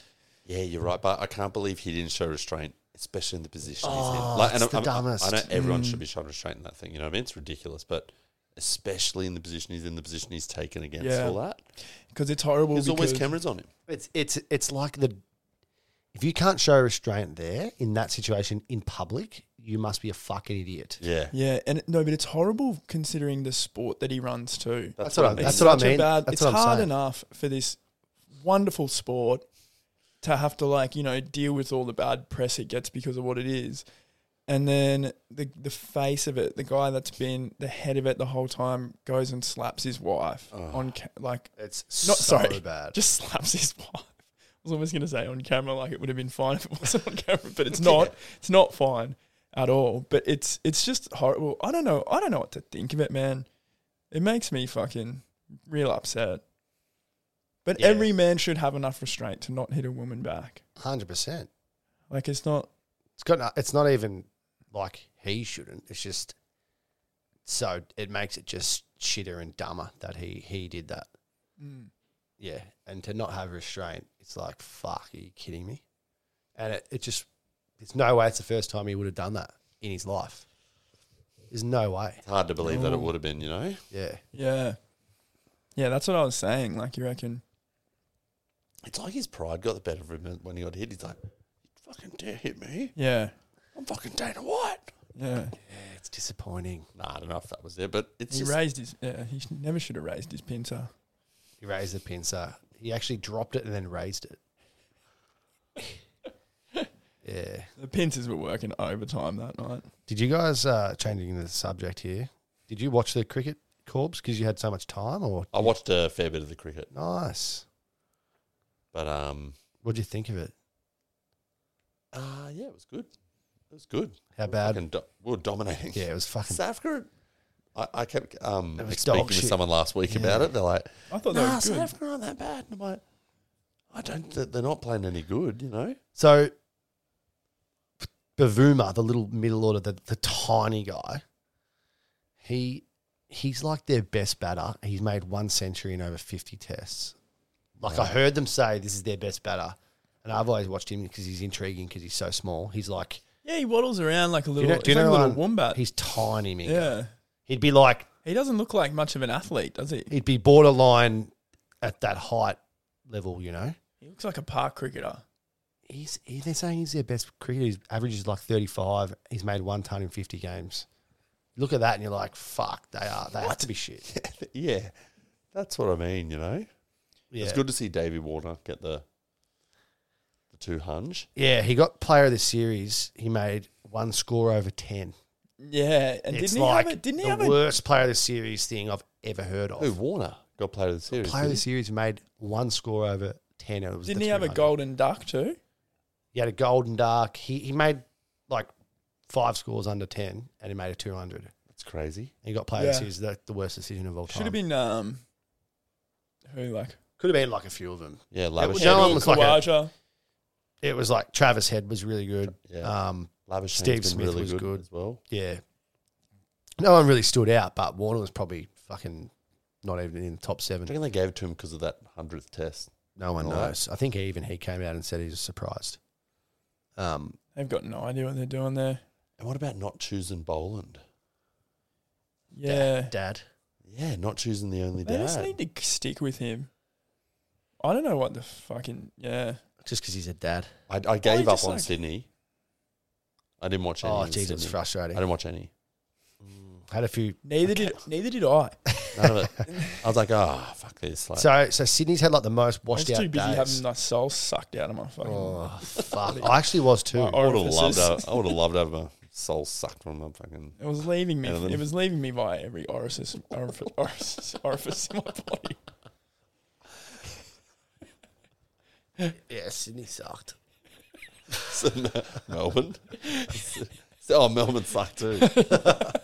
Speaker 3: Yeah, you're right, but I can't believe he didn't show restraint, especially in the position he's
Speaker 4: Oh,
Speaker 3: in. Like,
Speaker 4: it's the
Speaker 3: I-
Speaker 4: dumbest. Mm.
Speaker 3: I know everyone should be showing restraint in that thing. You know what I mean? It's ridiculous, but especially in the position he's in, the position he's taken against
Speaker 2: Yeah.
Speaker 3: all that.
Speaker 2: Because it's horrible.
Speaker 3: There's always
Speaker 2: because-
Speaker 3: cameras on him.
Speaker 4: It's it's it's like the if you can't show restraint there in that situation in public, you must be a fucking idiot.
Speaker 3: Yeah,
Speaker 2: Yeah, and it- no, but it's horrible considering the sport that he runs too.
Speaker 4: That's, what I
Speaker 2: It's
Speaker 4: that's what
Speaker 2: such
Speaker 4: I
Speaker 2: a
Speaker 4: mean.
Speaker 2: bad-
Speaker 4: that's
Speaker 2: it's
Speaker 4: what I'm
Speaker 2: hard
Speaker 4: saying.
Speaker 2: enough for this wonderful sport to have to like you know deal with all the bad press it gets because of what it is, And then the the face of it, the guy that's been the head of it the whole time, goes and slaps his wife on ca- like
Speaker 4: It's
Speaker 2: not
Speaker 4: so
Speaker 2: sorry,
Speaker 4: bad.
Speaker 2: just slaps his wife. I was almost going to say on camera, like it would have been fine if it wasn't on camera, but it's not. It's not fine at all. But it's it's just horrible. I don't know. I don't know what to think of it, man. It makes me fucking real upset. But
Speaker 7: Yeah.
Speaker 2: every man should have enough restraint to not hit a woman back.
Speaker 4: hundred percent.
Speaker 2: Like it's not.
Speaker 4: It's got. no- It's not even like he shouldn't. It's just so it makes it just shitter and dumber that he he did that. Mm. Yeah, and to not have restraint, it's like fuck. Are you kidding me? And it, it just it's no way. It's the first time he would have done that in his life. There's no way.
Speaker 3: It's hard to believe
Speaker 4: Oh.
Speaker 3: that it would have been, you know?
Speaker 4: Yeah.
Speaker 2: Yeah, yeah. That's what I was saying. Like you reckon?
Speaker 3: It's like his pride got the better of him when he got hit. He's like, you fucking dare hit me.
Speaker 2: Yeah,
Speaker 3: I'm fucking Dana White.
Speaker 2: yeah.
Speaker 4: Yeah, it's disappointing.
Speaker 3: Nah, I don't know if that was it, but it's
Speaker 2: He
Speaker 3: just,
Speaker 2: raised his. Yeah, he sh- never should have raised his pincer.
Speaker 4: He raised the pincer. He actually dropped it and then raised it. [LAUGHS] yeah.
Speaker 2: The pincers were working overtime that night.
Speaker 4: Did you guys uh, changing the subject here? Did you watch the cricket corps because you had so much time, or
Speaker 3: I watched a fair bit of the cricket,
Speaker 4: nice?
Speaker 3: but um,
Speaker 4: What do you think of it?
Speaker 3: uh, yeah, it was good. It was good.
Speaker 4: How
Speaker 3: We were
Speaker 4: bad?
Speaker 3: fucking Do- we were dominating.
Speaker 4: Yeah, it was fucking.
Speaker 3: South Africa. I, I kept um
Speaker 4: It was
Speaker 3: like,
Speaker 4: dog
Speaker 3: speaking
Speaker 4: shit.
Speaker 3: to someone last week about it. They're like,
Speaker 2: I thought that
Speaker 3: "Nah,
Speaker 2: was Oh, good.
Speaker 3: South Africa aren't that bad." And I'm like, "I don't. They're they're not playing any good, you know."
Speaker 4: So, Bavuma, the little middle order, the, the tiny guy, he he's like their best batter. He's made one century in over 50 tests. Like, I heard them say this is their best batter. And I've always watched him because he's intriguing because he's so small. He's like,
Speaker 2: Yeah, he waddles around like a
Speaker 4: do you
Speaker 2: little,
Speaker 4: know, do you
Speaker 2: it's like
Speaker 4: know
Speaker 2: a little
Speaker 4: um,
Speaker 2: wombat.
Speaker 4: He's tiny, man.
Speaker 2: yeah.
Speaker 4: He'd be like,
Speaker 2: He doesn't look like much of an athlete, does he?
Speaker 4: he'd be borderline at that height level, you know?
Speaker 2: He looks like a park cricketer.
Speaker 4: He's, he- they're saying he's their best cricketer. His average is like 35. He's made one ton in 50 games. Look at that and you're like, fuck, they are. They have to be shit.
Speaker 3: yeah, that's what I mean. You know,
Speaker 4: Yeah.
Speaker 3: it's good to see Davey Warner get the the two hunch.
Speaker 4: Yeah, he got player of the series. He made one score over 10.
Speaker 2: Yeah, and
Speaker 4: it's
Speaker 2: didn't he
Speaker 4: like
Speaker 2: have it? Didn't he
Speaker 4: the
Speaker 2: have it?
Speaker 4: worst player of the series thing I've ever heard of.
Speaker 3: Who Warner got player of the series?
Speaker 4: player of the
Speaker 3: didn't he?
Speaker 4: series made one score over 10. and It was
Speaker 2: Didn't
Speaker 4: the
Speaker 2: he have a
Speaker 4: 300.
Speaker 2: golden duck too?
Speaker 4: He had a golden dark. He, he made like five scores under 10 and he made a 200.
Speaker 3: That's crazy.
Speaker 4: He got played. Yeah.
Speaker 2: Yeah.
Speaker 4: He was the, the worst decision of all time.
Speaker 2: Should have been um, who like
Speaker 4: Could have been like a few of them.
Speaker 3: Yeah, lavish.
Speaker 4: was- No one was like a-
Speaker 2: Kawaja.
Speaker 4: It was like Travis Head was really good.
Speaker 3: Yeah.
Speaker 4: Um,
Speaker 3: lavish.
Speaker 4: Steve Smith was good.
Speaker 3: as well.
Speaker 4: yeah. No one really stood out, but Warner was probably fucking not even in the top
Speaker 3: I
Speaker 4: seven.
Speaker 3: reckon they gave it to him because of that hundredth test.
Speaker 4: No one
Speaker 3: No.
Speaker 4: knows. I think even he came out and said he was surprised. Um,
Speaker 2: They've got no idea what they're doing there.
Speaker 3: And what about not choosing Boland?
Speaker 2: Yeah,
Speaker 4: Dad.
Speaker 3: Yeah, not choosing the only
Speaker 2: they just
Speaker 3: dad.
Speaker 2: need to stick with him. I don't know what the fucking yeah.
Speaker 4: Just because he's a dad.
Speaker 3: I, I gave up
Speaker 2: just
Speaker 3: on
Speaker 2: like-
Speaker 3: Sydney. I didn't watch any.
Speaker 4: Oh,
Speaker 3: in
Speaker 4: jeez, it was
Speaker 3: Sydney. I
Speaker 4: frustrating.
Speaker 3: didn't watch any.
Speaker 4: had a few.
Speaker 2: Neither did neither did I.
Speaker 3: None of
Speaker 4: [LAUGHS]
Speaker 3: it. I was like, oh, fuck this. Like,
Speaker 4: So, so Sydney's had like the most
Speaker 2: I was
Speaker 4: washed
Speaker 2: too
Speaker 4: out
Speaker 2: busy
Speaker 4: days.
Speaker 2: having my soul sucked out of my fucking. [LAUGHS]
Speaker 4: oh fuck! I actually was too.
Speaker 2: My
Speaker 3: I would have loved.
Speaker 2: orifices.
Speaker 3: To, I would have loved to have my soul sucked from my fucking. [LAUGHS]
Speaker 2: It was leaving me.
Speaker 3: And then-
Speaker 2: It was leaving me via every orifice, orifice, orifice, [LAUGHS] orifice in my body.
Speaker 4: Yeah, Sydney sucked.
Speaker 3: Melbourne. [LAUGHS] oh, Melbourne sucked too. It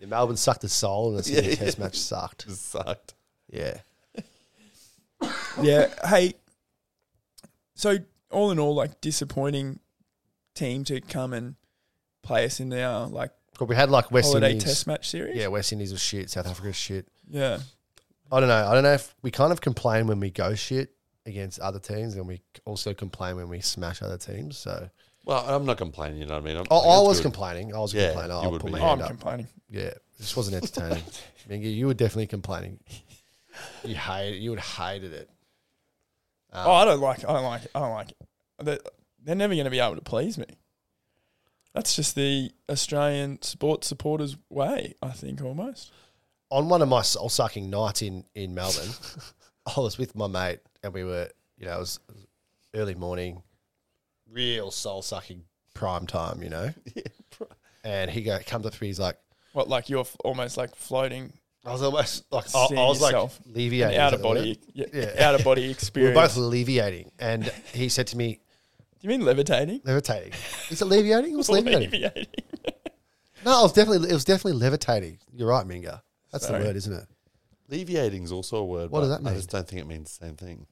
Speaker 4: Yeah, Melbourne sucked the soul, and the Sydney
Speaker 3: Yeah,
Speaker 4: Test match sucked.
Speaker 3: sucked.
Speaker 4: Yeah.
Speaker 2: Yeah. Hey. So all in all, like disappointing team to come and play us in our like
Speaker 4: But we had like West
Speaker 2: holiday
Speaker 4: Indies.
Speaker 2: test match series.
Speaker 4: Yeah, West Indies was shit. South Africa was shit.
Speaker 2: Yeah.
Speaker 4: I don't know. I don't know if we kind of complain when we go shit against other teams, and we also complain when we smash other teams. So
Speaker 3: Well, I'm not complaining. You know what I mean? I'm,
Speaker 4: I, Oh, I
Speaker 3: it's
Speaker 4: was
Speaker 3: good.
Speaker 4: complaining. I was
Speaker 3: Yeah,
Speaker 4: complaining.
Speaker 3: you
Speaker 4: I'll
Speaker 3: would
Speaker 4: put
Speaker 3: be.
Speaker 4: my
Speaker 2: Oh, I'm
Speaker 4: hand up.
Speaker 2: complaining.
Speaker 4: yeah, this wasn't
Speaker 3: [LAUGHS]
Speaker 4: entertaining. Mingy, you were definitely complaining. You hate. You would hated it. Um,
Speaker 2: oh, I don't like. I don't like. I don't like. It. They're, they're never going to be able to please me. That's just the Australian sports supporters' way, I think, almost.
Speaker 4: on one of my soul sucking nights in
Speaker 2: [LAUGHS]
Speaker 4: in Melbourne, I was with my mate and we were, you know, it was it was
Speaker 2: [LAUGHS]
Speaker 4: early morning, real soul sucking prime time, you know. and he go, comes up to me. He's like,
Speaker 2: What, like you're f- almost like floating
Speaker 4: I was almost like, I, I
Speaker 2: Seeing
Speaker 4: was like,
Speaker 2: yourself.
Speaker 4: alleviating.
Speaker 2: out
Speaker 4: is
Speaker 2: of
Speaker 4: that the word?
Speaker 2: body, yeah,
Speaker 4: Yeah.
Speaker 2: out of body
Speaker 4: We were
Speaker 2: experience.
Speaker 4: both alleviating, and he said to me,
Speaker 2: Do you mean levitating?
Speaker 4: "Levitating." Is it
Speaker 2: [LAUGHS]
Speaker 4: alleviating? What's levitating?
Speaker 2: Alleviating.
Speaker 4: No, it was definitely it was definitely levitating. You're right, Minga. That's
Speaker 2: Sorry.
Speaker 4: the word, isn't it?
Speaker 3: Alleviating is also a word.
Speaker 4: What does
Speaker 3: but
Speaker 4: that
Speaker 3: I
Speaker 4: mean?
Speaker 3: just don't think it means the same thing.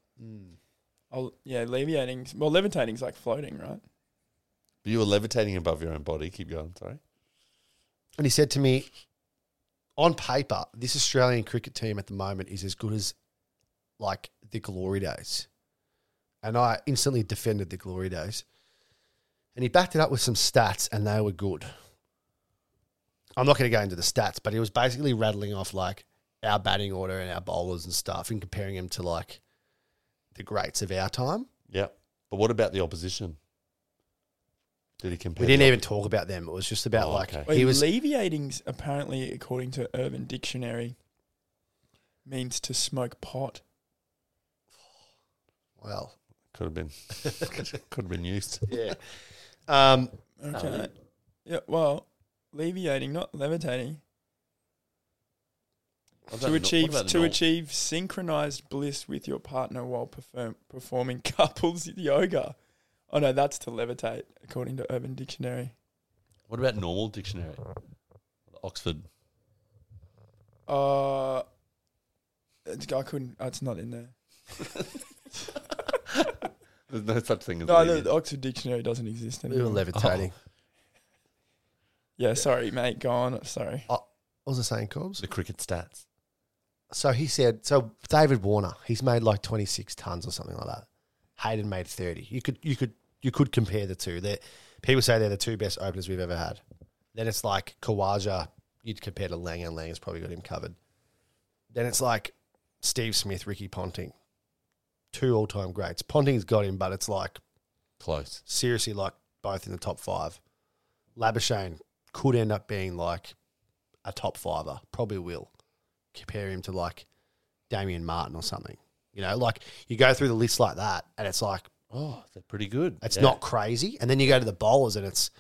Speaker 2: Oh, yeah, alleviating. Well, levitating's like floating, right?
Speaker 3: But you were levitating above your own body. Keep going. Sorry.
Speaker 4: And he said to me, "On paper, this Australian cricket team at the moment is as good as like the glory days." And I instantly defended the glory days. And he backed it up with some stats, and they were good. I'm not going to go into the stats, but he was basically rattling off like our batting order and our bowlers and stuff, and comparing them to like the greats of our time.
Speaker 3: Yeah. But what about the opposition? Did he compare?
Speaker 4: We didn't even talk about them. It was just about
Speaker 3: Oh,
Speaker 4: like
Speaker 3: okay.
Speaker 2: Wait,
Speaker 4: he was
Speaker 2: alleviating's apparently, according to Urban Dictionary, means to smoke pot.
Speaker 4: [LAUGHS] well.
Speaker 3: Could have [LAUGHS] been. could have been used.
Speaker 4: Yeah. Um,
Speaker 2: Okay. yeah, well, alleviating, not levitating.
Speaker 3: What about
Speaker 2: To
Speaker 3: the-
Speaker 2: achieve
Speaker 3: what about the
Speaker 2: to
Speaker 3: nor-
Speaker 2: achieve synchronized bliss with your partner while perform, performing [LAUGHS] couples yoga. Oh no, that's to levitate, according to Urban Dictionary.
Speaker 3: What about normal dictionary? Oxford.
Speaker 2: Uh, it's- I couldn't. It's not in there.
Speaker 3: There's no such thing as.
Speaker 2: No,
Speaker 3: alleviating.
Speaker 2: the, the Oxford Dictionary doesn't exist
Speaker 4: we were
Speaker 2: anymore.
Speaker 3: Oh,
Speaker 4: levitating.
Speaker 2: Yeah, sorry, mate. Go on. Sorry.
Speaker 4: What Oh, was I saying, Corbs?
Speaker 3: the cricket stats.
Speaker 4: So he said, so David Warner, he's made like 26 tons or something like that. Hayden made 30. You could, you could, you could compare the two. They're, people say they're the two best openers we've ever had. Then it's like Kawaja, you'd compare to Lang, and Lang has probably got him covered. Then it's like Steve Smith, Ricky Ponting, two all time greats. Ponting's got him, but it's like
Speaker 3: Close.
Speaker 4: seriously like both in the top five. Labuschagne could end up being like a top fiver, probably will. Compare him to like Damian Martin or something. You know, like you go through the list like that and it's like,
Speaker 3: Oh, they're pretty good.
Speaker 4: it's
Speaker 3: Yeah.
Speaker 4: not crazy. And then you go to the bowlers and it's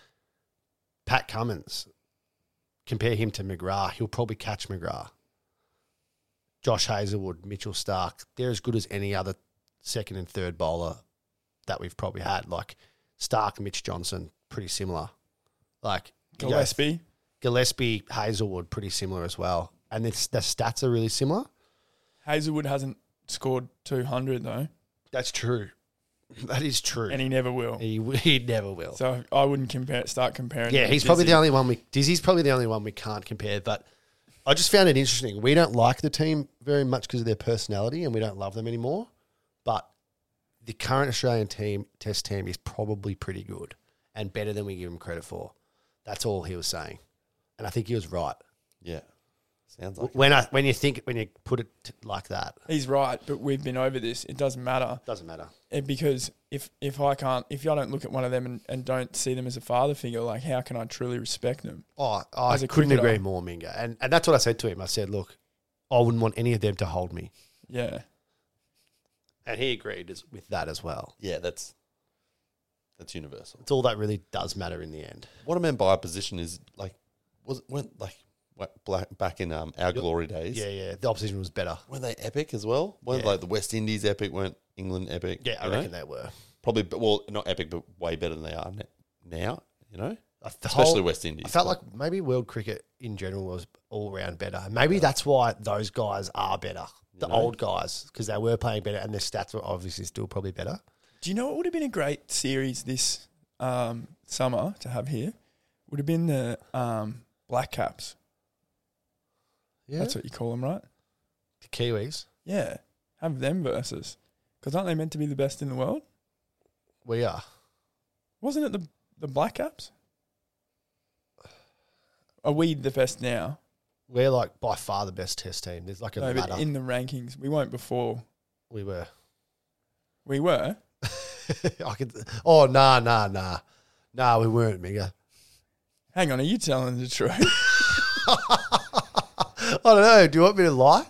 Speaker 4: Pat Cummins. Compare him to McGrath. He'll probably catch McGrath. Josh Hazlewood, Mitchell Stark. They're as good as any other second and third bowler that we've probably had. Like Stark, Mitch Johnson, pretty similar. Like you go-
Speaker 2: Gillespie.
Speaker 4: Gillespie, Hazelwood, pretty similar as well. And it's, the stats are really similar.
Speaker 2: Hazelwood hasn't scored 200 though,
Speaker 4: That's true. [LAUGHS] That is true.
Speaker 2: and he never will.
Speaker 4: he, [LAUGHS] he never will.
Speaker 2: So I wouldn't compare. Start comparing.
Speaker 4: Yeah,
Speaker 2: him to
Speaker 4: he's probably
Speaker 2: Dizzy.
Speaker 4: the only one we Dizzy's probably the only one we can't compare, but I just found it interesting. We don't like the team very much because of their personality and we don't love them anymore. But the current Australian team test team is probably pretty good and better than we give him credit for. That's all he was saying. And I think he was right.
Speaker 3: Yeah. Sounds like.
Speaker 4: W- When I when you think when you put it t- like that,
Speaker 2: He's right, but we've been over this. It doesn't matter
Speaker 4: doesn't matter.
Speaker 2: Eh, because if if I can't, if I don't look at one of them and, and don't see them as a father figure, like how can I truly respect them?
Speaker 4: Oh, I
Speaker 2: As a
Speaker 4: couldn't
Speaker 2: cricketer.
Speaker 4: agree more, Minga. And and that's what I said to him. I said, "Look, I wouldn't want any of them to hold me."
Speaker 2: Yeah,
Speaker 4: And he agreed as, with that as well.
Speaker 3: Yeah, that's that's universal.
Speaker 4: It's all that really does matter in the end.
Speaker 3: What I meant by opposition is like was went like what, black, back in um, our glory days.
Speaker 4: Yeah, yeah. The opposition was better.
Speaker 3: Weren't they epic as well? Weren't
Speaker 4: Yeah.
Speaker 3: like the West Indies epic? Weren't England epic?
Speaker 4: Yeah, I
Speaker 3: you know?
Speaker 4: reckon they were.
Speaker 3: probably. but- Well, not epic, but way better than they are n- now. You know,
Speaker 4: I felt-
Speaker 3: especially West Indies.
Speaker 4: I felt
Speaker 3: but-
Speaker 4: like maybe world cricket in general was all round better. And Maybe that's why those guys are better, the old guys, because they were playing better and their stats were obviously still probably better.
Speaker 2: Do you know what would have been a great series this um, summer to have here? Would have been the um, Black Caps.
Speaker 4: Yeah.
Speaker 2: That's what you call them, right?
Speaker 4: the Kiwis,
Speaker 2: Yeah, have them versus because aren't they meant to be the best in the world?
Speaker 4: we are.
Speaker 2: Wasn't it the the Black Caps? Are we the best now?
Speaker 4: We're like by far the best test team. There's like a
Speaker 2: No,
Speaker 4: ladder.
Speaker 2: but in the rankings, we weren't before.
Speaker 4: we were. [LAUGHS]
Speaker 2: We were.
Speaker 4: I could. Oh, nah, nah, nah. Nah, we weren't, Miga.
Speaker 2: Hang on, are you telling the truth? [LAUGHS]
Speaker 4: I don't know. Do you want me to lie?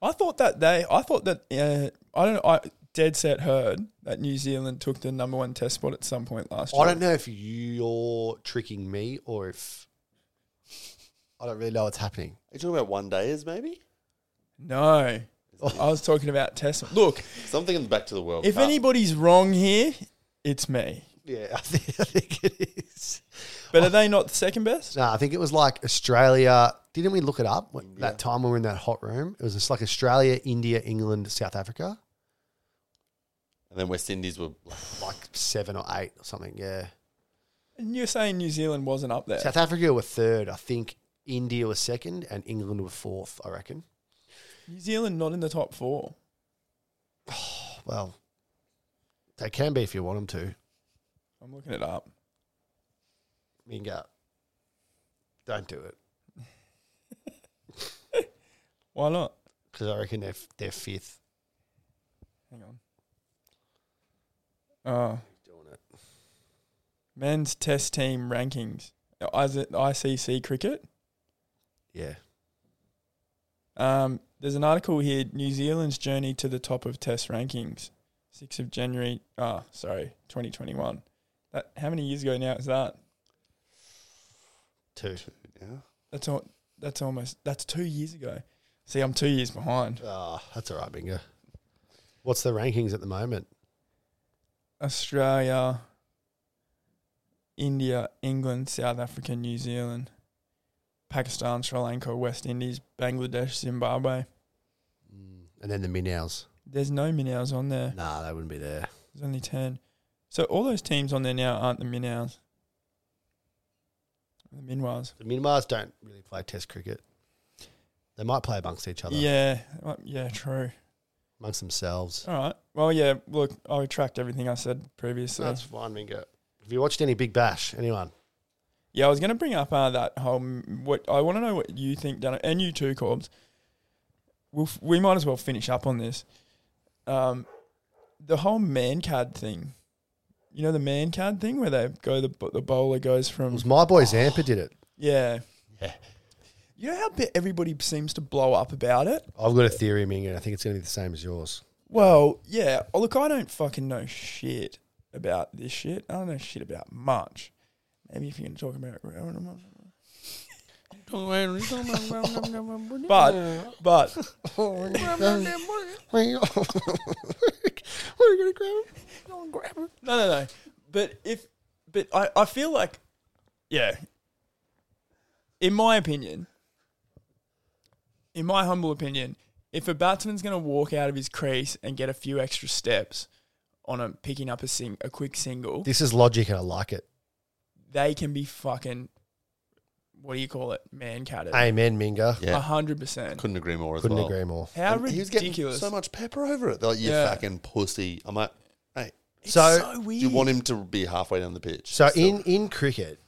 Speaker 2: I thought that they. I thought that. Uh, I don't. I dead set heard that New Zealand took the number one test spot at some point last year.
Speaker 4: I don't know if you're tricking me or if I don't really know what's happening.
Speaker 5: you talking about one dayers maybe?
Speaker 2: No. I was talking about test. Look,
Speaker 5: Something in the back to the world.
Speaker 2: if
Speaker 5: Cup.
Speaker 2: anybody's wrong here, it's me.
Speaker 4: Yeah, [LAUGHS] I think, I think it is.
Speaker 2: But are they not the second best?
Speaker 4: No, I think it was like Australia. Didn't we look it up when, that time we were in that hot room? It was just like Australia, India, England, South Africa,
Speaker 5: and then West Indies were
Speaker 4: like seven or eight or something. Yeah,
Speaker 2: And you're saying New Zealand wasn't up there.
Speaker 4: South Africa were third, I think. India was second, and England were fourth. I reckon.
Speaker 2: New Zealand not in the top four.
Speaker 4: Well, they can be if you want them to.
Speaker 2: I'm looking it up.
Speaker 4: Minga, don't do it
Speaker 2: Why not?
Speaker 4: because I reckon they're f- they're fifth.
Speaker 2: Hang on. Oh,
Speaker 4: Doing it.
Speaker 2: men's test team rankings. Is it ICC cricket?
Speaker 4: Yeah.
Speaker 2: Um, there's an article here New Zealand's journey to the top of test rankings. 6th of January, ah, sorry, 2021. That, how many years ago now is that?
Speaker 4: Two.
Speaker 2: That's all, that's almost that's 2 years ago. See, I'm 2 years behind.
Speaker 4: Ah, that's all right, Bingo. What's the rankings at the moment?
Speaker 2: Australia, India, England, South Africa, New Zealand, Pakistan, Sri Lanka, West Indies, Bangladesh, Zimbabwe.
Speaker 4: And then the Minows.
Speaker 2: There's no Minows on there.
Speaker 4: Nah, they wouldn't be there.
Speaker 2: There's only 10. So all those teams on there now aren't the Minows. The Minwas.
Speaker 4: The Minmars don't really play Test cricket. They might play amongst each other,
Speaker 2: Yeah. uh, Yeah, true.
Speaker 4: amongst themselves.
Speaker 2: All right. Well, yeah, look, I retract everything I said previously.
Speaker 4: That's fine, Mingo. Have you watched any Big Bash? Anyone?
Speaker 2: Mm. Yeah, I was going to bring up uh, that whole. m- What I want to know what you think, Dano, and you too, Corbs. We'll, f- we might as well finish up on this. Um, the whole man card thing. You know the man card thing where they go the b- the bowler goes
Speaker 4: It
Speaker 2: from
Speaker 4: was my boy Zampa did it.
Speaker 2: yeah. You know how bit everybody seems to blow up about it.
Speaker 4: I've got a theory, Mingo. and I think it's going to be the same
Speaker 2: [LAUGHS]
Speaker 4: as yours.
Speaker 2: Well, yeah. Oh, look, I don't fucking know shit about this shit. I don't know shit about much. Maybe if you're gonna talk about it, but but
Speaker 4: [LAUGHS]
Speaker 2: No, no, no. But if, but I, I feel like, yeah. In my opinion, in my humble opinion, if a batsman's going to walk out of his crease and get a few extra steps on a picking up a sing a quick single,
Speaker 4: This is logic, and I like it.
Speaker 2: they can be fucking, what do you call it, man catted,
Speaker 4: Amen, Mingo.
Speaker 2: a hundred percent.
Speaker 5: couldn't agree more as
Speaker 4: Couldn't
Speaker 5: well.
Speaker 4: agree more.
Speaker 2: Uh-huh. How
Speaker 5: And he was getting
Speaker 2: ridiculous!
Speaker 5: so much pepper over it. They're like, you
Speaker 2: Yeah.
Speaker 5: fucking pussy. I'm like, hey,
Speaker 2: It's
Speaker 4: So-
Speaker 2: so
Speaker 5: do
Speaker 2: weird.
Speaker 5: you want him to be halfway down the pitch?
Speaker 4: So
Speaker 5: Still.
Speaker 4: in in cricket,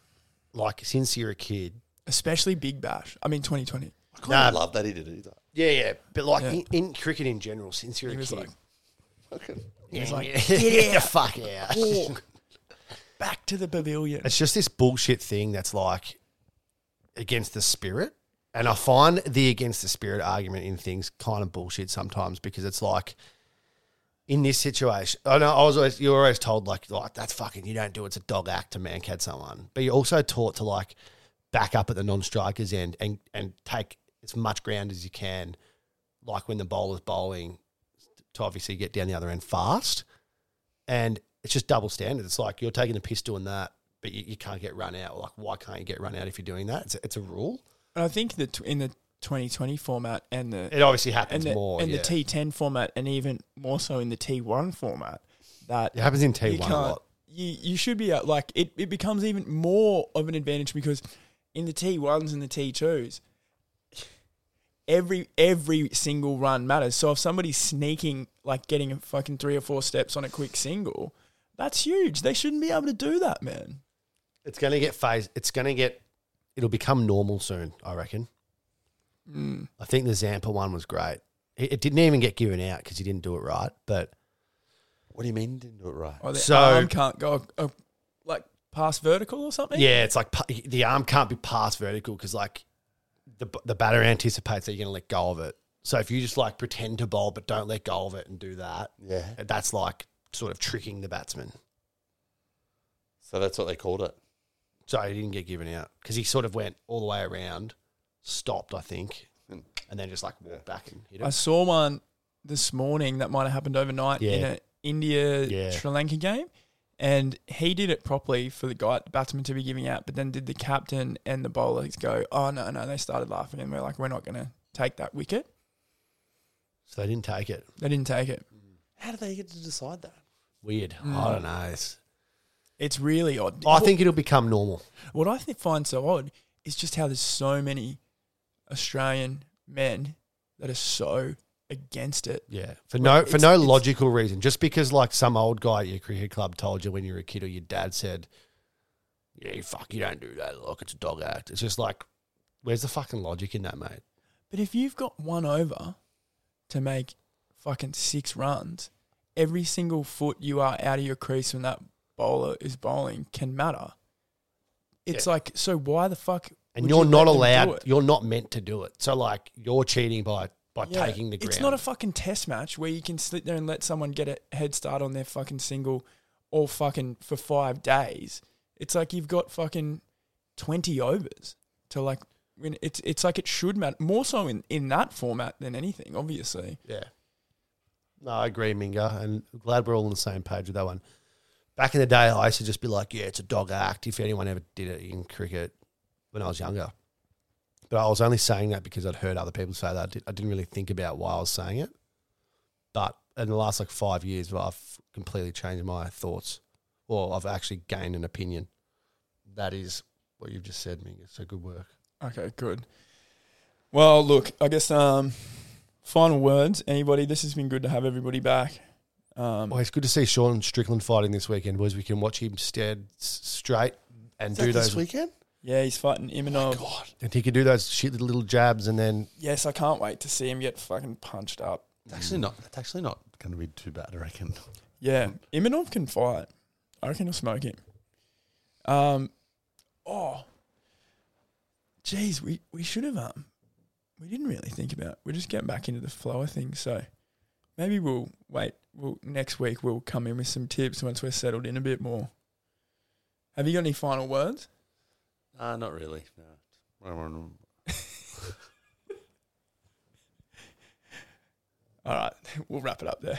Speaker 4: like since you're a kid,
Speaker 2: especially Big Bash. I mean, twenty twenty.
Speaker 5: I kind of
Speaker 4: Nah.
Speaker 5: love that he did it. He's like,
Speaker 4: yeah, yeah, but like
Speaker 2: Yeah.
Speaker 4: In, in cricket in general, since you're
Speaker 2: He
Speaker 4: a
Speaker 2: was
Speaker 4: kid,
Speaker 2: like,
Speaker 4: yeah, [LAUGHS] yeah. get the fuck out.
Speaker 2: walk back to the pavilion.
Speaker 4: It's just this bullshit thing that's like against the spirit. And I find the against the spirit argument in things kind of bullshit sometimes because it's like in this situation. I know I was always you're always told like like that's fucking you don't do it, it's a dog act to man cat someone. But you're also taught to like back up at the non strikers end and and take as much ground as you can, like when the bowler's bowling, to obviously get down the other end fast and it's just double standard. It's like you're taking the piss doing that, but you, you can't get run out. Like, why can't you get run out if you're doing that? It's a, it's a rule.
Speaker 2: And I think that in the 2020 format and the
Speaker 4: It obviously
Speaker 2: and
Speaker 4: happens
Speaker 2: the,
Speaker 4: more.
Speaker 2: and
Speaker 4: yeah.
Speaker 2: the T10 format and even more so in the T1 format that
Speaker 4: It happens in
Speaker 2: you
Speaker 4: T1 a
Speaker 2: can't
Speaker 4: lot.
Speaker 2: you, you should be out like it, it becomes even more of an advantage because in the T1s and the T2s every every single run matters. So if somebody's sneaking like getting a fucking 3 or 4 steps on a quick single, that's huge. They shouldn't be able to do that, man.
Speaker 4: It's going to get phased. It's going to get, it'll become normal soon, I reckon.
Speaker 2: Hmm.
Speaker 4: I think the Zampa one was great. It, it didn't even get given out because he didn't do it right. But
Speaker 5: what do you mean he didn't do it right?
Speaker 2: Or the
Speaker 4: So-
Speaker 2: arm can't go uh, like past vertical or something.
Speaker 4: yeah, it's like pa- the arm can't be passed vertical because like the, the batter anticipates that you're going to let go of it. So if you just like pretend to bowl but don't let go of it and do that,
Speaker 5: Yeah.
Speaker 4: that's like sort of tricking the batsman.
Speaker 5: So that's what they called it.
Speaker 4: So he didn't get given out because he sort of went all the way around, stopped, I think,
Speaker 5: And-
Speaker 4: and then just like walked back and hit
Speaker 2: I
Speaker 4: it.
Speaker 2: saw one this morning that might have happened overnight in
Speaker 4: Yeah.
Speaker 2: an India
Speaker 4: Yeah.
Speaker 2: Sri Lanka game. And he did it properly for the guy, the batsman to be giving out, but then did the captain and the bowlers go, oh, no, no. They started laughing and we're like, we're not going to take that wicket.
Speaker 4: So they didn't take it.
Speaker 2: They didn't take it.
Speaker 5: How do they get to decide that?
Speaker 4: Weird.
Speaker 2: Hmm.
Speaker 4: I don't know. It's-
Speaker 2: It's really odd.
Speaker 4: I think it'll become normal.
Speaker 2: What I th- find so odd is just how there's so many Australian men that are so against it.
Speaker 4: Yeah, for no for
Speaker 2: it's-
Speaker 4: no
Speaker 2: it's-
Speaker 4: logical reason, just because like some old guy at your cricket club told you when you were a kid, or your dad said, "Yeah, you fuck, you don't do that. Look, it's a dog act." It's just like, where's the fucking logic in that, mate?
Speaker 2: But if you've got one over to make fucking six runs, every single foot you are out of your crease when that bowler is bowling can matter. It's like, so why the fuck?
Speaker 4: And
Speaker 2: would
Speaker 4: you're
Speaker 2: you let
Speaker 4: not
Speaker 2: them do
Speaker 4: allowed.
Speaker 2: it?
Speaker 4: You're not meant to do it. So like, you're cheating by by
Speaker 2: Yeah,
Speaker 4: taking the ground.
Speaker 2: It's not a fucking test match where you can sit there and let someone get a head start on their fucking single all fucking for five days. It's like you've got fucking twenty overs to like. When it's it's like it should matter more so in, in that format than anything, obviously.
Speaker 4: Yeah. No, I agree, Minga, and glad we're all on the same page with that one. Back in the day, I used to just be like, yeah, it's a dog act if anyone ever did it in cricket when I was younger. But I was only saying that because I'd heard other people say that. I, did, I didn't really think about why I was saying it. But in the last like five years, well, I've completely changed my thoughts. Or I've actually gained an opinion. That is what you've just said, Minga. So good work.
Speaker 2: Okay, good. Well, look, I guess um, final words. Anybody, this has been good to have everybody back. Um,
Speaker 4: Well, it's good to see Sean Strickland fighting this weekend, boys. We can watch him stand s- straight and do those,
Speaker 5: weekend?
Speaker 2: yeah, he's fighting Imanov.
Speaker 4: and he can do those shit little jabs, and then
Speaker 2: yes, I can't wait to see him get fucking punched up.
Speaker 3: It's actually not. It's actually not going to be too bad, I reckon.
Speaker 2: Yeah, Imanov can fight. I reckon he'll smoke him. Um, oh, jeez, we we should have um, we didn't really think about. We're just getting back into the flow of things, so maybe we'll wait. We'll next week we'll come in with some tips once we're settled in a bit more. Have you got any final words?
Speaker 5: Uh, not really. No.
Speaker 2: All right, [LAUGHS] we'll wrap it up there.